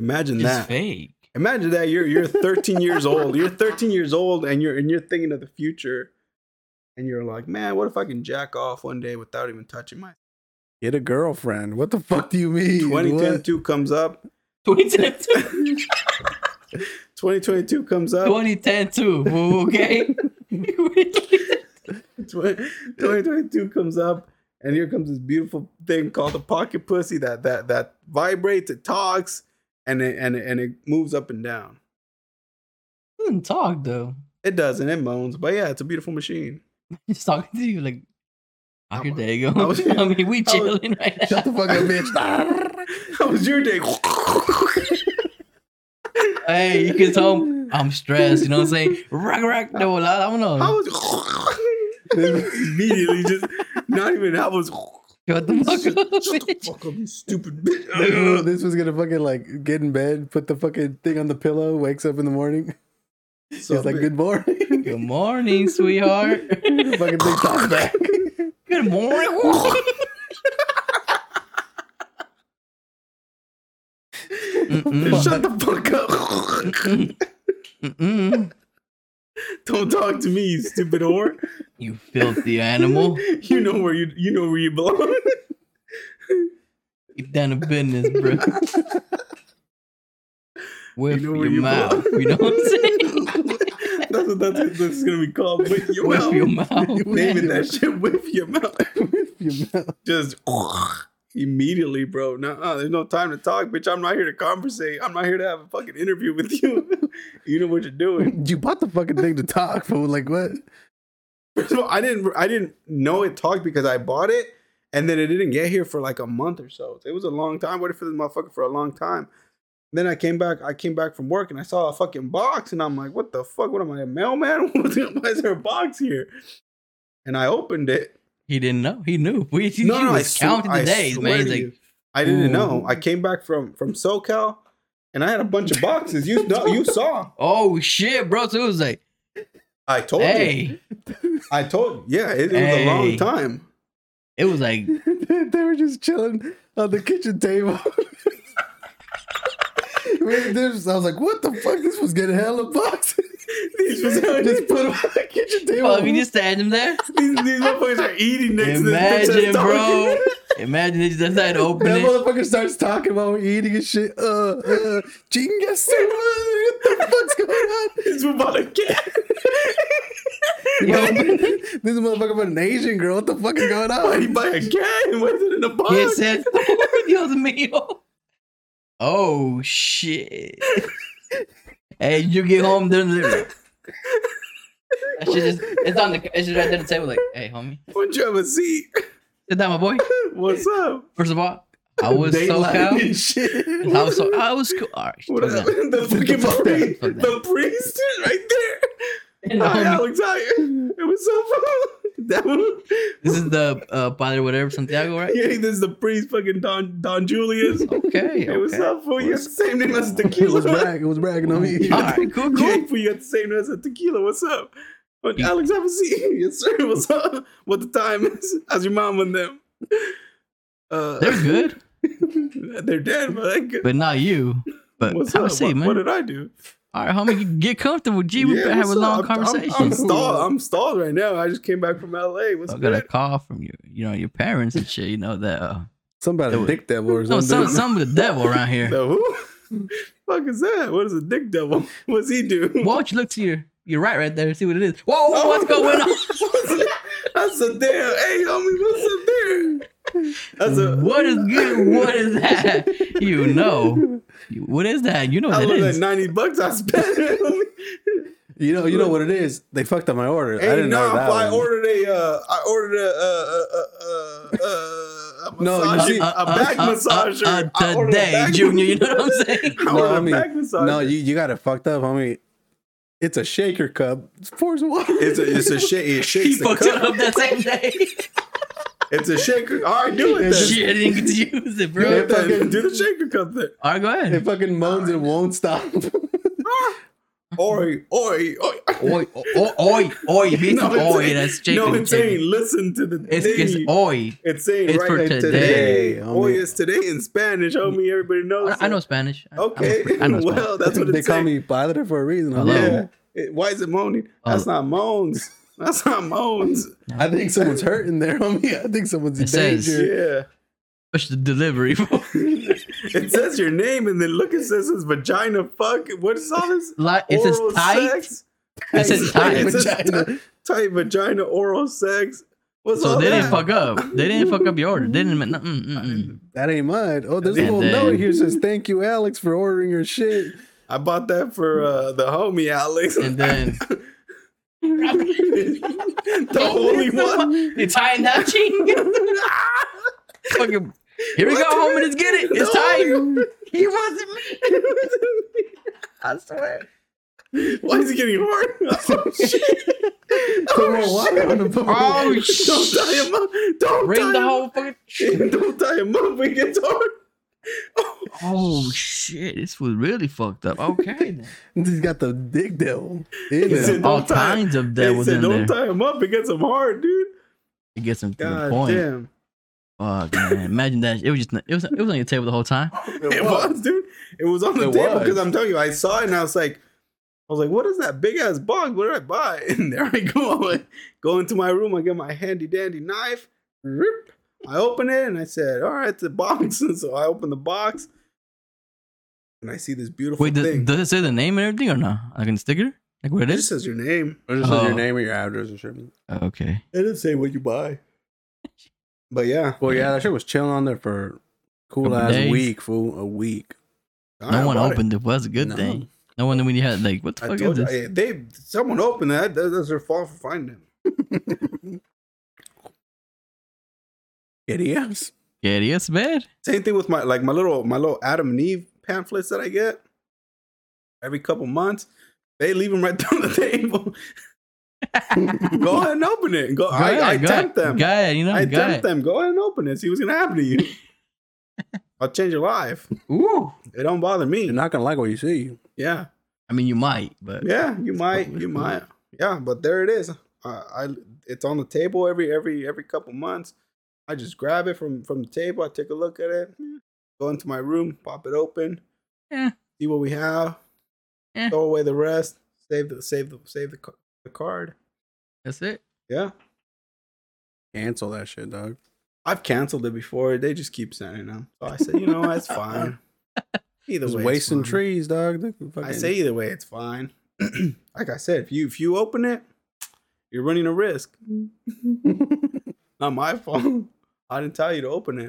Imagine
It's
that.
fake.
Imagine that you're you're 13 years old. You're 13 years old, and you're and you're thinking of the future, and you're like, man, what if I can jack off one day without even touching my?
Get a girlfriend. What the fuck do you mean?
2010
What?
two comes up.
2010
2022 comes up.
2010 too, fool, okay?
20- 2022 comes up, and here comes this beautiful thing called the pocket pussy that that that vibrates, it talks, and it and it, and it moves up and down.
doesn't talk though.
It doesn't. It moans, but yeah, it's a beautiful machine.
Just talking to you like how your
was-
day go?
I was-
I mean, we
I was-
chilling right now.
Shut the fuck up, bitch.
How was your day?
hey, you can tell him I'm stressed. You know what I'm saying? Rock, rock, de volada,
I
vámonos.
was immediately just not even. I was
Shut the
shut the
fuck up.
fuck up, you stupid
Dude,
bitch.
this was gonna fucking like get in bed, put the fucking thing on the pillow, wakes up in the morning.
So
He's like,
big.
good morning.
Good morning, sweetheart.
fucking big talk back.
Good morning. Mm-mm.
Shut the fuck up.
Mm-mm. Mm-mm.
Don't talk to me, you stupid whore.
You filthy animal.
You know where you you know where you belong.
Get down to business, bro. With
know where
your
you
mouth.
belong.
You know what I'm saying?
that's what that's, what this is gonna be called. With your
With
mouth.
your mouth.
Naming that shit with your mouth.
Your mouth.
Just immediately, bro. Nah, there's no time to talk, bitch. I'm not here to conversate. I'm not here to have a fucking interview with you. you know what you're doing.
You bought the fucking thing to talk, fool. Like what?
First of all, I didn't I didn't know it talked because I bought it and then it didn't get here for like a month or so. It was a long time. I waited for this motherfucker for a long time. Then I came back. I came back from work and I saw a fucking box and I'm like, what the fuck? What am I, a mailman? Why is there a box here? And I opened it
He didn't know. He knew. We he,
no,
he
no, I
was
sw-
counting
I
the days,
swear
man. He's
to
like,
you. I didn't
"Ooh."
know. I came back from from SoCal, and I had a bunch of boxes. You no, you saw.
oh shit, bro. So it was like,
I told you.
hey.
I told. Yeah, it, it was a long
Hey.
time.
It was like,
they were just chilling on the kitchen table. Really, this- I was like, what the fuck? This was getting hella boxes.
These was-
just put them on the kitchen table.
fuck, you "Oh, just had him there.
These, these motherfuckers are eating next to this bitch
Imagine,
that's
bro.
talking.
Imagine they just had to open
that
it.
motherfucker starts talking while we're eating and shit. Uh, uh, chingas, su madre, what the fuck's going on?
This was about to get.
this motherfucker but an Asian girl. What the fuck is going
Why
on?
you buy a can? Why is it in a box?
He said, Dios mío. Oh shit. hey, you get home, then that shit just it's on the it's just right there on the table, like, hey homie.
Wouldn't you have a seat?
Sit down, my boy.
What's up?
First of all, I was so
Dateline
cow.
and shit.
I was so I was cool. All right,
What
calm
up?
down.
The fucking
fuck down,
priest.
fuck
The priest is right there.
And the
Hi,
homie-
Alex. Hi. It was so fun. That one.
this is the uh, Padre whatever Santiago, right?
Yeah, this is the priest fucking Don Don Julius.
Okay.
It was
okay.
up for you. had the Same name as
It was
tequila.
brag. It was bragging on me.
All right, cool, cool.
Jake, we got the same name as tequila. What's up? But
Yeah.
Alex, have a seat. Yes, sir. What's up? What the time is? How's your mom and them? Uh,
They're good,
they're dead, but like,
but not you. But
what's
have a
up?
seat,
what,
man.
what did I do?
All right, homie, get comfortable. Gee, we
Yeah,
better have a
what's
long
up? I'm- I'm-
conversation.
I'm, stalled. I'm stalled right now. I just came back from LA. What's
I got a
good?
call from your, you know, your parents and shit. You know that. Uh,
Somebody
Dude.
dick devil or
no, some,
something.
some of the devil around here.
The who? Fuck is that? What is a dick devil? What's he do?
Why don't you look to your your right, right there, and see what it is? Whoa,
Oh,
whoa, what's going on?
on? That's a damn. Hey, homie, what's up there? That's a
What is good? What is that? You know, You- what is that? You know
I
what that
love that
is.
ninety bucks I spent. homie.
you know, you know what it is. They fucked up my order. I
hey,
didn't
no,
know that.
I
one.
ordered a, uh, I ordered a, uh, uh, uh, uh, uh, a
No, you
massage,
see-
a back massager.
uh,
I ordered a
today,
back-
Junior. You know what I'm saying?
I
No,
ordered
I
a
mean,
back massager.
No, you, you got it fucked up, homie. It's a shaker cup. It's pours water.
It's a it's a shake it
He
shakes the
fucked it
cup.
up that same day.
It's a shaker. All right, do it then.
Shit, I didn't get to use it,
Do
bro.
it then.
fucking-
Do the shaker cup then.
All right, go
it
ahead.
fucking moans and won't stop.
Oi, oi, oi.
Oi, oi, oi, oi, bitch, oi. That's
saying,
Jacob.
no, it's saying listen to the
It's,
thing.
it's oi.
It's saying
It's
right
for
now
today. Mm.
today.
homie.
Hoy is today in Spanish, homie. Everybody knows.
I, I
it.
know Spanish. I- I know
Okay.
Sp- I know Spanish.
well, that's what
they
it's
call
saying.
me padre for a reason.
Hello.
Yeah. It- why is it moaning? That's
Oh.
not moans. That's not moans.
I think someone's hurting there, homie. I think someone's in
It says-
danger.
Yeah.
Push the delivery.
It says your name, and then look, it says his vagina. Fuck. What is all this?
like it says
Oral
tight.
sex?
It says
It
tight.
says
Vagina.
tight- Tight vagina, oral sex. What's
So
all
they
that?
didn't fuck up. They didn't fuck up your order. They didn't. mm, mm, mm,
That ain't mine. Oh, there's a
And
little
then-
note here says thank you, Alex, for ordering your shit.
I bought that for uh, the homie Alex.
mm. And then
the holy one.
They tying that chain. Fucking. Here we go, homie. Let's get it. It's
The holy
tight.
one.
He wasn't me.
passed away. Why is he getting hard? Oh shit! Put more water on him. Put more
Oh,
water. Don't
shit.
tie him up. Don't tie
Bring the
him
whole
up.
fucking.
Don't tie him up. He gets hard. Oh,
Oh shit! This was really fucked up. Okay. then.
He's got the dick devil. in
He said,
him.
All
Don't tie-
kinds of
they
devils
said
in
don't
there.
tie him up. It gets him hard, dude.
It gets him to the
God
point.
damn.
Fuck, man. Imagine that. It was just it was it was on your table the whole time.
It was. dude. It was on the
It
table
was.
because I'm telling you, I saw it and I was like, I was like, what is that big ass box? What did I buy? And there I go. I'm like, go into my room. I get my handy dandy knife. Rip. I open it and I said, all right, it's a box. And so I open the box and I see this beautiful
Wait, does,
thing.
does it say the name and everything or no? Like in the sticker? Like where it
it
is?
just says your name.
Or just says
Oh.
your name or your address and shit.
Okay.
It didn't say what you buy. But yeah,
Well, yeah, that shit was chilling on there for cool
Couple
ass
days.
week, fool. A week.
I
No one
bought it.
opened it. Well, that's a good
No.
thing. No one when you had like what the
I
fuck is
told you,
this?
I- they someone opened that. that- That's their fault for finding him.
Giddy ass.
Yeah, yes, bad.
Same thing with my like my little my little Adam and Eve pamphlets that I get every couple months. They leave them right there on the table. go ahead and open it. Go,
Go
I,
ahead,
I
go
tempt
ahead.
them.
Go ahead, you know,
I
go ahead.
tempt them. Go ahead and open it. See what's gonna happen to you. I'll change your life.
Ooh.
It don't bother me.
You're not gonna like what you see.
yeah,
I mean, you might, but
yeah. You might.
probably
You
cool.
might. Yeah, but there it is. I, I it's on the table every every every couple months. I just grab it from from the table. I take a look at it. Go into my room. Pop it open.
Eh.
See what we have.
Eh.
Throw away the rest. Save the save the save the, ca- the card.
that's it.
Yeah,
Cancel that shit, dog.
I've canceled it before. They just keep sending them. So I said, you know, what, it's fine. Either
Just
way, it's
wasting
fine.
trees, dog. They can
I
fucking-
say either way, it's fine. like I said, if you if you open it, you're running a risk. Not my fault. I didn't tell you to open it.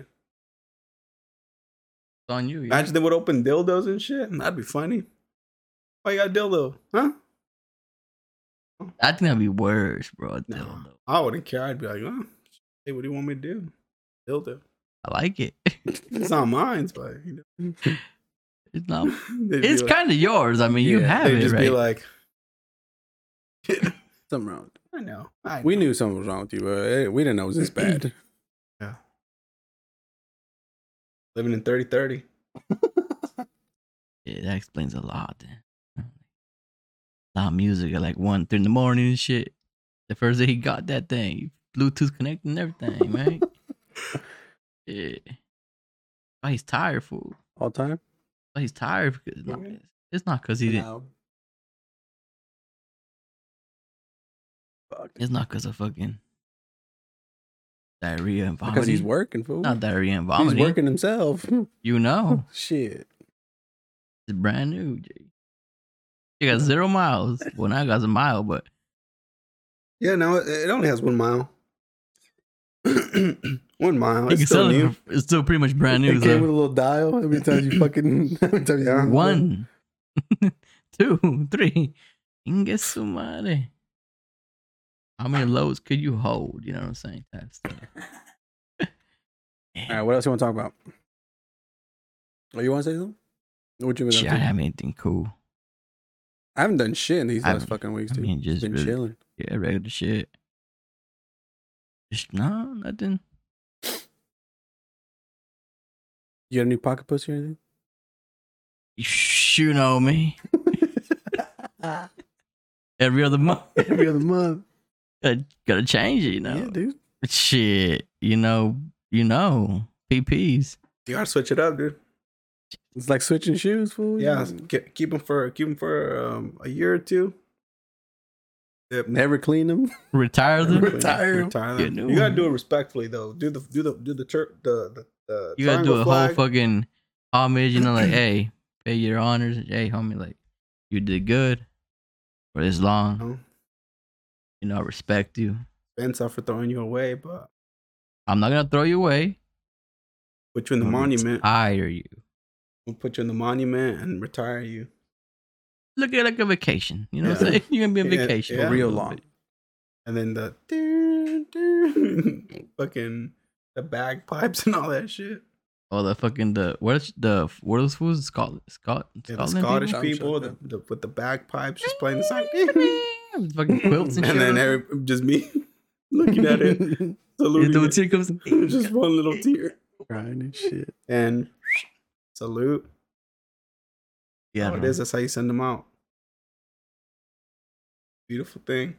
It's on you. Yeah.
Imagine they would open dildos and shit. That'd be funny. Why you got a dildo? Huh?
I think that'd be worse, bro.
No.
Dildo.
I wouldn't care. I'd be like, oh, hey, what do you want me to do? Dildo.
I like it.
It's not mine, but you know.
It's not.
they'd be
It's
like-
kind of yours. I mean, you
Yeah,
have
They'd
it,
just be
right?
like,
something wrong.
I know. I
We
know.
knew something was wrong with you, but eh, we didn't know it was this bad.
living in 3030.
yeah, that explains a lot. Then. Loud music at like one, three in the morning and shit. The first day he got that thing, Bluetooth connected and everything, right? yeah. Oh, he's tired, fool.
All time.
Oh, he's tired because it's not. It's not because he
uh,
didn't.
Fuck.
It's not because of fucking diarrhea and vomiting.
Because he's working, fool.
Not diarrhea
he's
and vomiting.
working himself.
You know.
shit.
It's brand new. Jay. You got zero miles. Well, now I got a mile, but
Yeah, no, it, it only has one mile. one mile.
you
It's
can
still
sell it.
new.
for- It's still pretty much brand new.
It came with
So.
a little dial every time you fucking. Every time you
Yeah.
One, two, three. Inge su madre. How many loads could you hold? You know what I'm saying? That's
All right, what else you want to talk about? Oh, you want to say something? What you been up
Shit, I
to?
have anything cool.
I haven't done shit in these
I
last
haven't-
fucking weeks,
I
dude.
mean, just
been
really-
chilling.
Yeah, regular shit. Just no, nothing.
You got a new pocket pussy or anything?
You know me. Every other month,
Every other month.
gotta, gotta change it. You know.
Yeah, dude.
Shit, you know, you know, PPs.
You gotta switch it up, dude.
It's like switching shoes, fool.
Yeah, ke- keep them for keep 'em for um, a year or two. Yep.
Never clean them.
Retire them.
Never Retire 'em.
Retire
Get a
them.
new
You gotta
one.
do it respectfully though. Do the do the do the tur- the the, the
you gotta do
triangle
a
flag.
whole fucking homage, you know, like, hey, pay your honors, hey, homie, like, you did good for this long.
know,
You know, I respect you.
Fence off for throwing you away, but
I'm not gonna throw you away.
put you in the
I'm gonna
monument.
Hire you.
We'll put you in the monument and retire you.
Look at it like a vacation. You know what I'm
Yeah.
saying? You're gonna be on
Yeah,
vacation.
yeah.
for a
Real
little
long.
bit.
And then the doo, doo, fucking the bagpipes and all that shit.
Oh, the fucking the what's the what are those fools? Scotland, Scot,
Yeah, the
Scotland
Scottish
people?
people, the, the, with the bagpipes just playing the song.
With fucking quilts and,
and
shit.
then every, just me looking at it,
Yeah, the
saluting it.
tear comes.
just one little tear.
Crying and shit.
And salute.
Yeah, I
Oh,
don't
it
know.
is. That's how you send them out. Beautiful thing.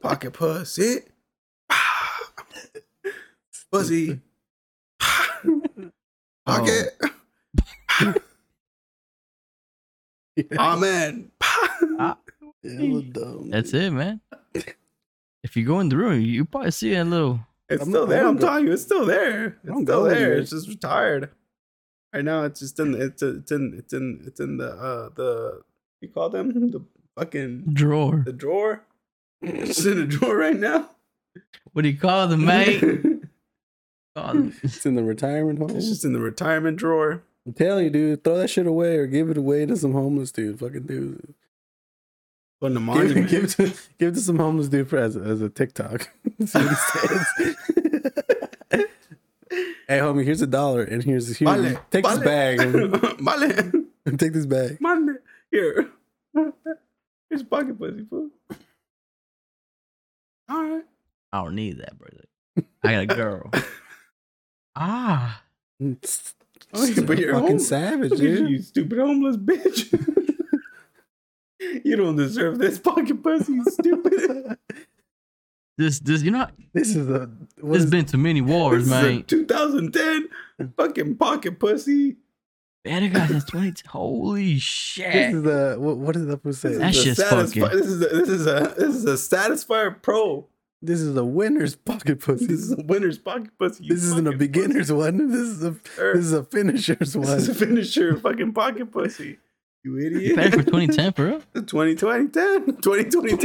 Pocket puss it. Pussy. Pocket. Amen.
Yeah, we're dumb.
That's it, man. If you go in the room, you probably see a little.
It's
I'm
still
not-
there.
I
I'm
don't go-
telling you, it's still there. It's
don't
still
go
there.
anywhere.
It's just retired. Right now, it's just in. The, it's it's in. It's in. It's in the uh the you call them the fucking
drawer.
the drawer. It's in a drawer right now.
What do you call them, mate?
it's
Call them-
It's in the retirement home.
just in the retirement drawer.
I'm telling you, dude, throw that shit away or give it away to some homeless dude. Fucking dude.
Put in the
Give,
monument.
give, it to, give it to some homeless dude for, as, a- as a TikTok. See what he says. hey, homie, here's a dollar and here's, here's
Vale,
take
vale.
this bag. and-
Vale.
take this bag.
Monday. Here. Here's pocket pussy food. All right.
I don't need that, brother. I got a girl. ah,
Oh, yeah, but
but
you're
you're fucking
homeless.
savage,
Look at you,
dude.
you stupid homeless bitch. you don't deserve this pocket pussy, you stupid.
this this you know
This is a what
there's
is,
been too many
This
wars,
is a
man.
2010 fucking pocket pussy.
Better guys, that's twenty. Holy
this
shit!
is a what, what does that fool say?
This
That
is a
shit's
satisfi-
fucking-
This is a this is a this is a satisfier pro.
This is a winner's pocket pussy.
This
This,
is a winner's pocket pussy. you
isn't a
fucking
beginner's one. This is a
pussy.
this is a finisher's one.
This is a finisher fucking pocket pussy. You
You better for
idiot.
twenty ten, for real.
2020 10 2020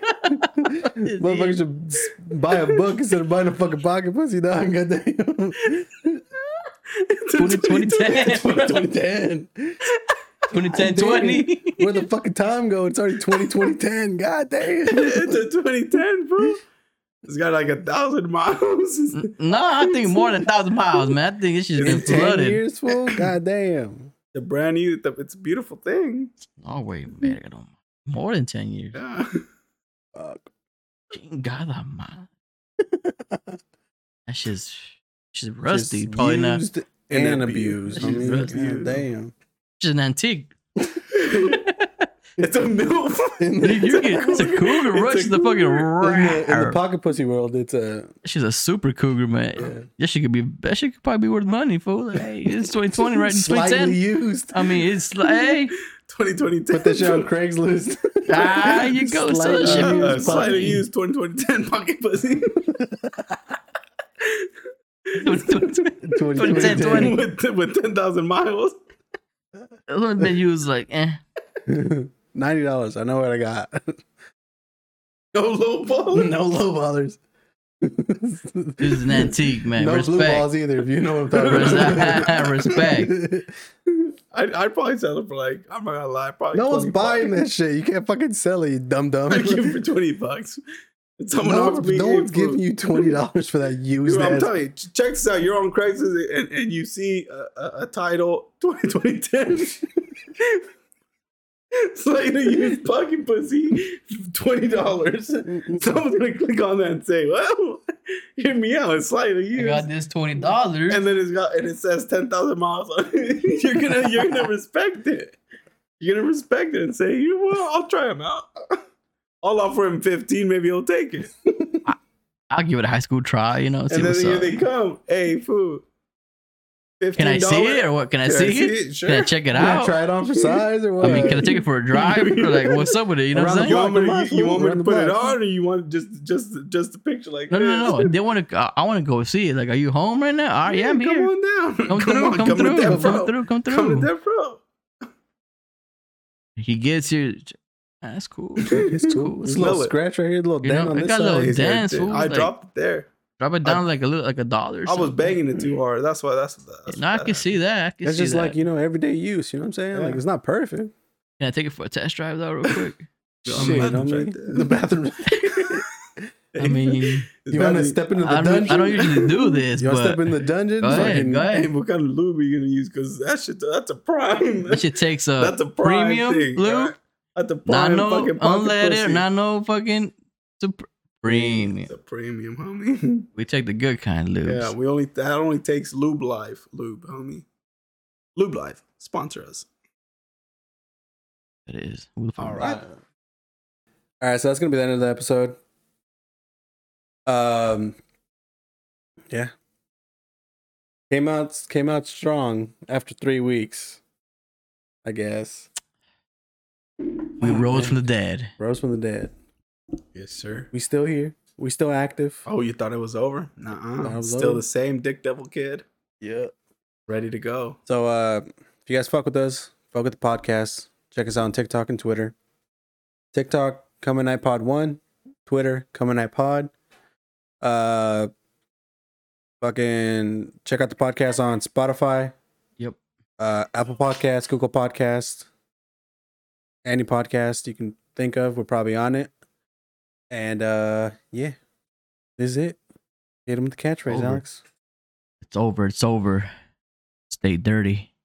10
Motherfucker should s- buy a book instead of buying a fucking pocket pussy. Dog, goddamn. 2010.
2010
20.
20
Where the fucking time go? It's already 20, 2010. God damn.
it's a 2010, bro. It's got like a thousand miles.
Mm.
It's-
no i think more than a thousand miles man i think this shit's been
In 10
flooded
years, fool. God damn.
The brand new, the, it's a beautiful thing.
oh wait man I don't- more than 10 years
Yeah.
Fuck.
Chingada, man. that shit's she's rusty probably not
used and,
And
abused.
abused.
I mean,
Abused.
God damn.
she's an antique
It's a milf.
In
You- you get- it's a cougar
It's
right
a
she's the fucking
in the, in the
rawr.
pocket pussy world, it's uh, a
she's a super cougar man yeah.
Yeah.
she could be that she could probably be worth money fool Like, hey it's 2020 right in
slightly
2010
used.
i mean it's like hey
2020
Put that shit on Craigslist.
Ah, you go,
Slightly
son.
used
Uh,
pocket.
slightly used 2020 10 pocket pussy
2010.
2010.
with, with 10,000 miles.
then you was like eh
Ninety dollars. I know what I got.
No low ball.
no low ballers.
This is an antique, man.
no blue
Respect.
balls either. If you know what I'm talking about.
Respect.
I, I'd probably sell it for like, I'm not gonna lie. Probably
no one's
20
buying
bucks.
that shit. You can't fucking sell it, you dumb dumb.
I give it for 20 bucks. Someone
No,
offered me
no
eight
one's
for-
giving you twenty dollars for that used
Dude, I'm
ass.
telling you, ch- check this out. You're on Craigslist and, and you see a, a, a title 2010. Slightly used fucking pussy, twenty dollars.
Mm,
Someone's gonna click on that and say, "Well, hear me out." It's slightly
I got
used,
this twenty dollars.
and then it's got and it says ten thousand miles. on it. you're gonna you're gonna respect it. You're gonna respect it and say, "You well, I'll try him out. I'll offer him fifteen. Maybe he'll take it."
I'll give it a high school try. You know, see
and then
what's
here
up.
they come. Hey, food.
Can I see it or what? Can I see it?
Sure.
Can I check it
You gonna
out?
try it on for size or what?
I mean, can I take it for a drive? Or like, what's up with it? You know what I'm
Around
you
saying?
want me to,
Block,
you, you
fool.
want me to
Run the
put it
block.
on, or you want just just just a picture like
No,
this?
no, no. They want to. I, want to go see it. Like, are you home right now? All right, yeah, I'm
come
here.
on down.
Come through,
on,
come
to
through,
Death Row.
come through, come
Come to
through.
Death Row.
He gets here. Ah, That's cool.
It's cool. It's
It's
a little
Smell it.
scratch right here, a little
You
dent
know,
on
I
this
got a little
side.
He's there,
dance,
dude.
fool,
I
like-
dropped it there.
Drop it down like a little, like a dollar. or
I was
something.
banging it too hard. That's why. That's, that's
No, I can see that. I can
It's
see
just
that.
like you know everyday use. You know what I'm saying?
Yeah.
Like it's not perfect.
Can I take it for a test drive though, real quick?
Shit,
I'm-
homie.
the bathroom.
I mean,
You want to step into the
I
dungeon?
don't, I don't usually do this,
You want to
but
step in the dungeon?
Go ahead,
Fucking-
go ahead.
Hey, what kind of lube are you gonna use? Because that shit, that's a prime.
that shit takes a
That's a prime
premium
thing,
lube.
right? That's a
Not
prime
no
fucking pocket
unleaded,
pussy.
not no fucking super premium.
It's a premium, homie.
We take the good kind lubes.
yeah, we only that only takes lube life, lube, homie. Lube life, sponsor us.
It is. Who the fuck-
All right. All right, so that's gonna be the end of the episode. Um, yeah, came out came out strong after three weeks, I guess.
We rose from the dead.
Rose from the dead.
Yes, sir.
We still here. We still active.
Oh, you thought it was over? Nuh-uh.
Thought it was
Still
over.
the same dick devil kid. Yeah. Ready to go.
So, uh, if you guys fuck with us, fuck with the podcast. Check us out on TikTok and Twitter. TikTok, Come and iPod One. Twitter, Come and iPod. Uh, fucking check out the podcast on Spotify.
Yep.
Uh, Apple Podcasts, Google Podcasts, any podcast you can think of, we're probably on it. And uh, yeah, this is it. Hit him with the catchphrase,
Over.
Alex.
It's over. It's over. Stay dirty.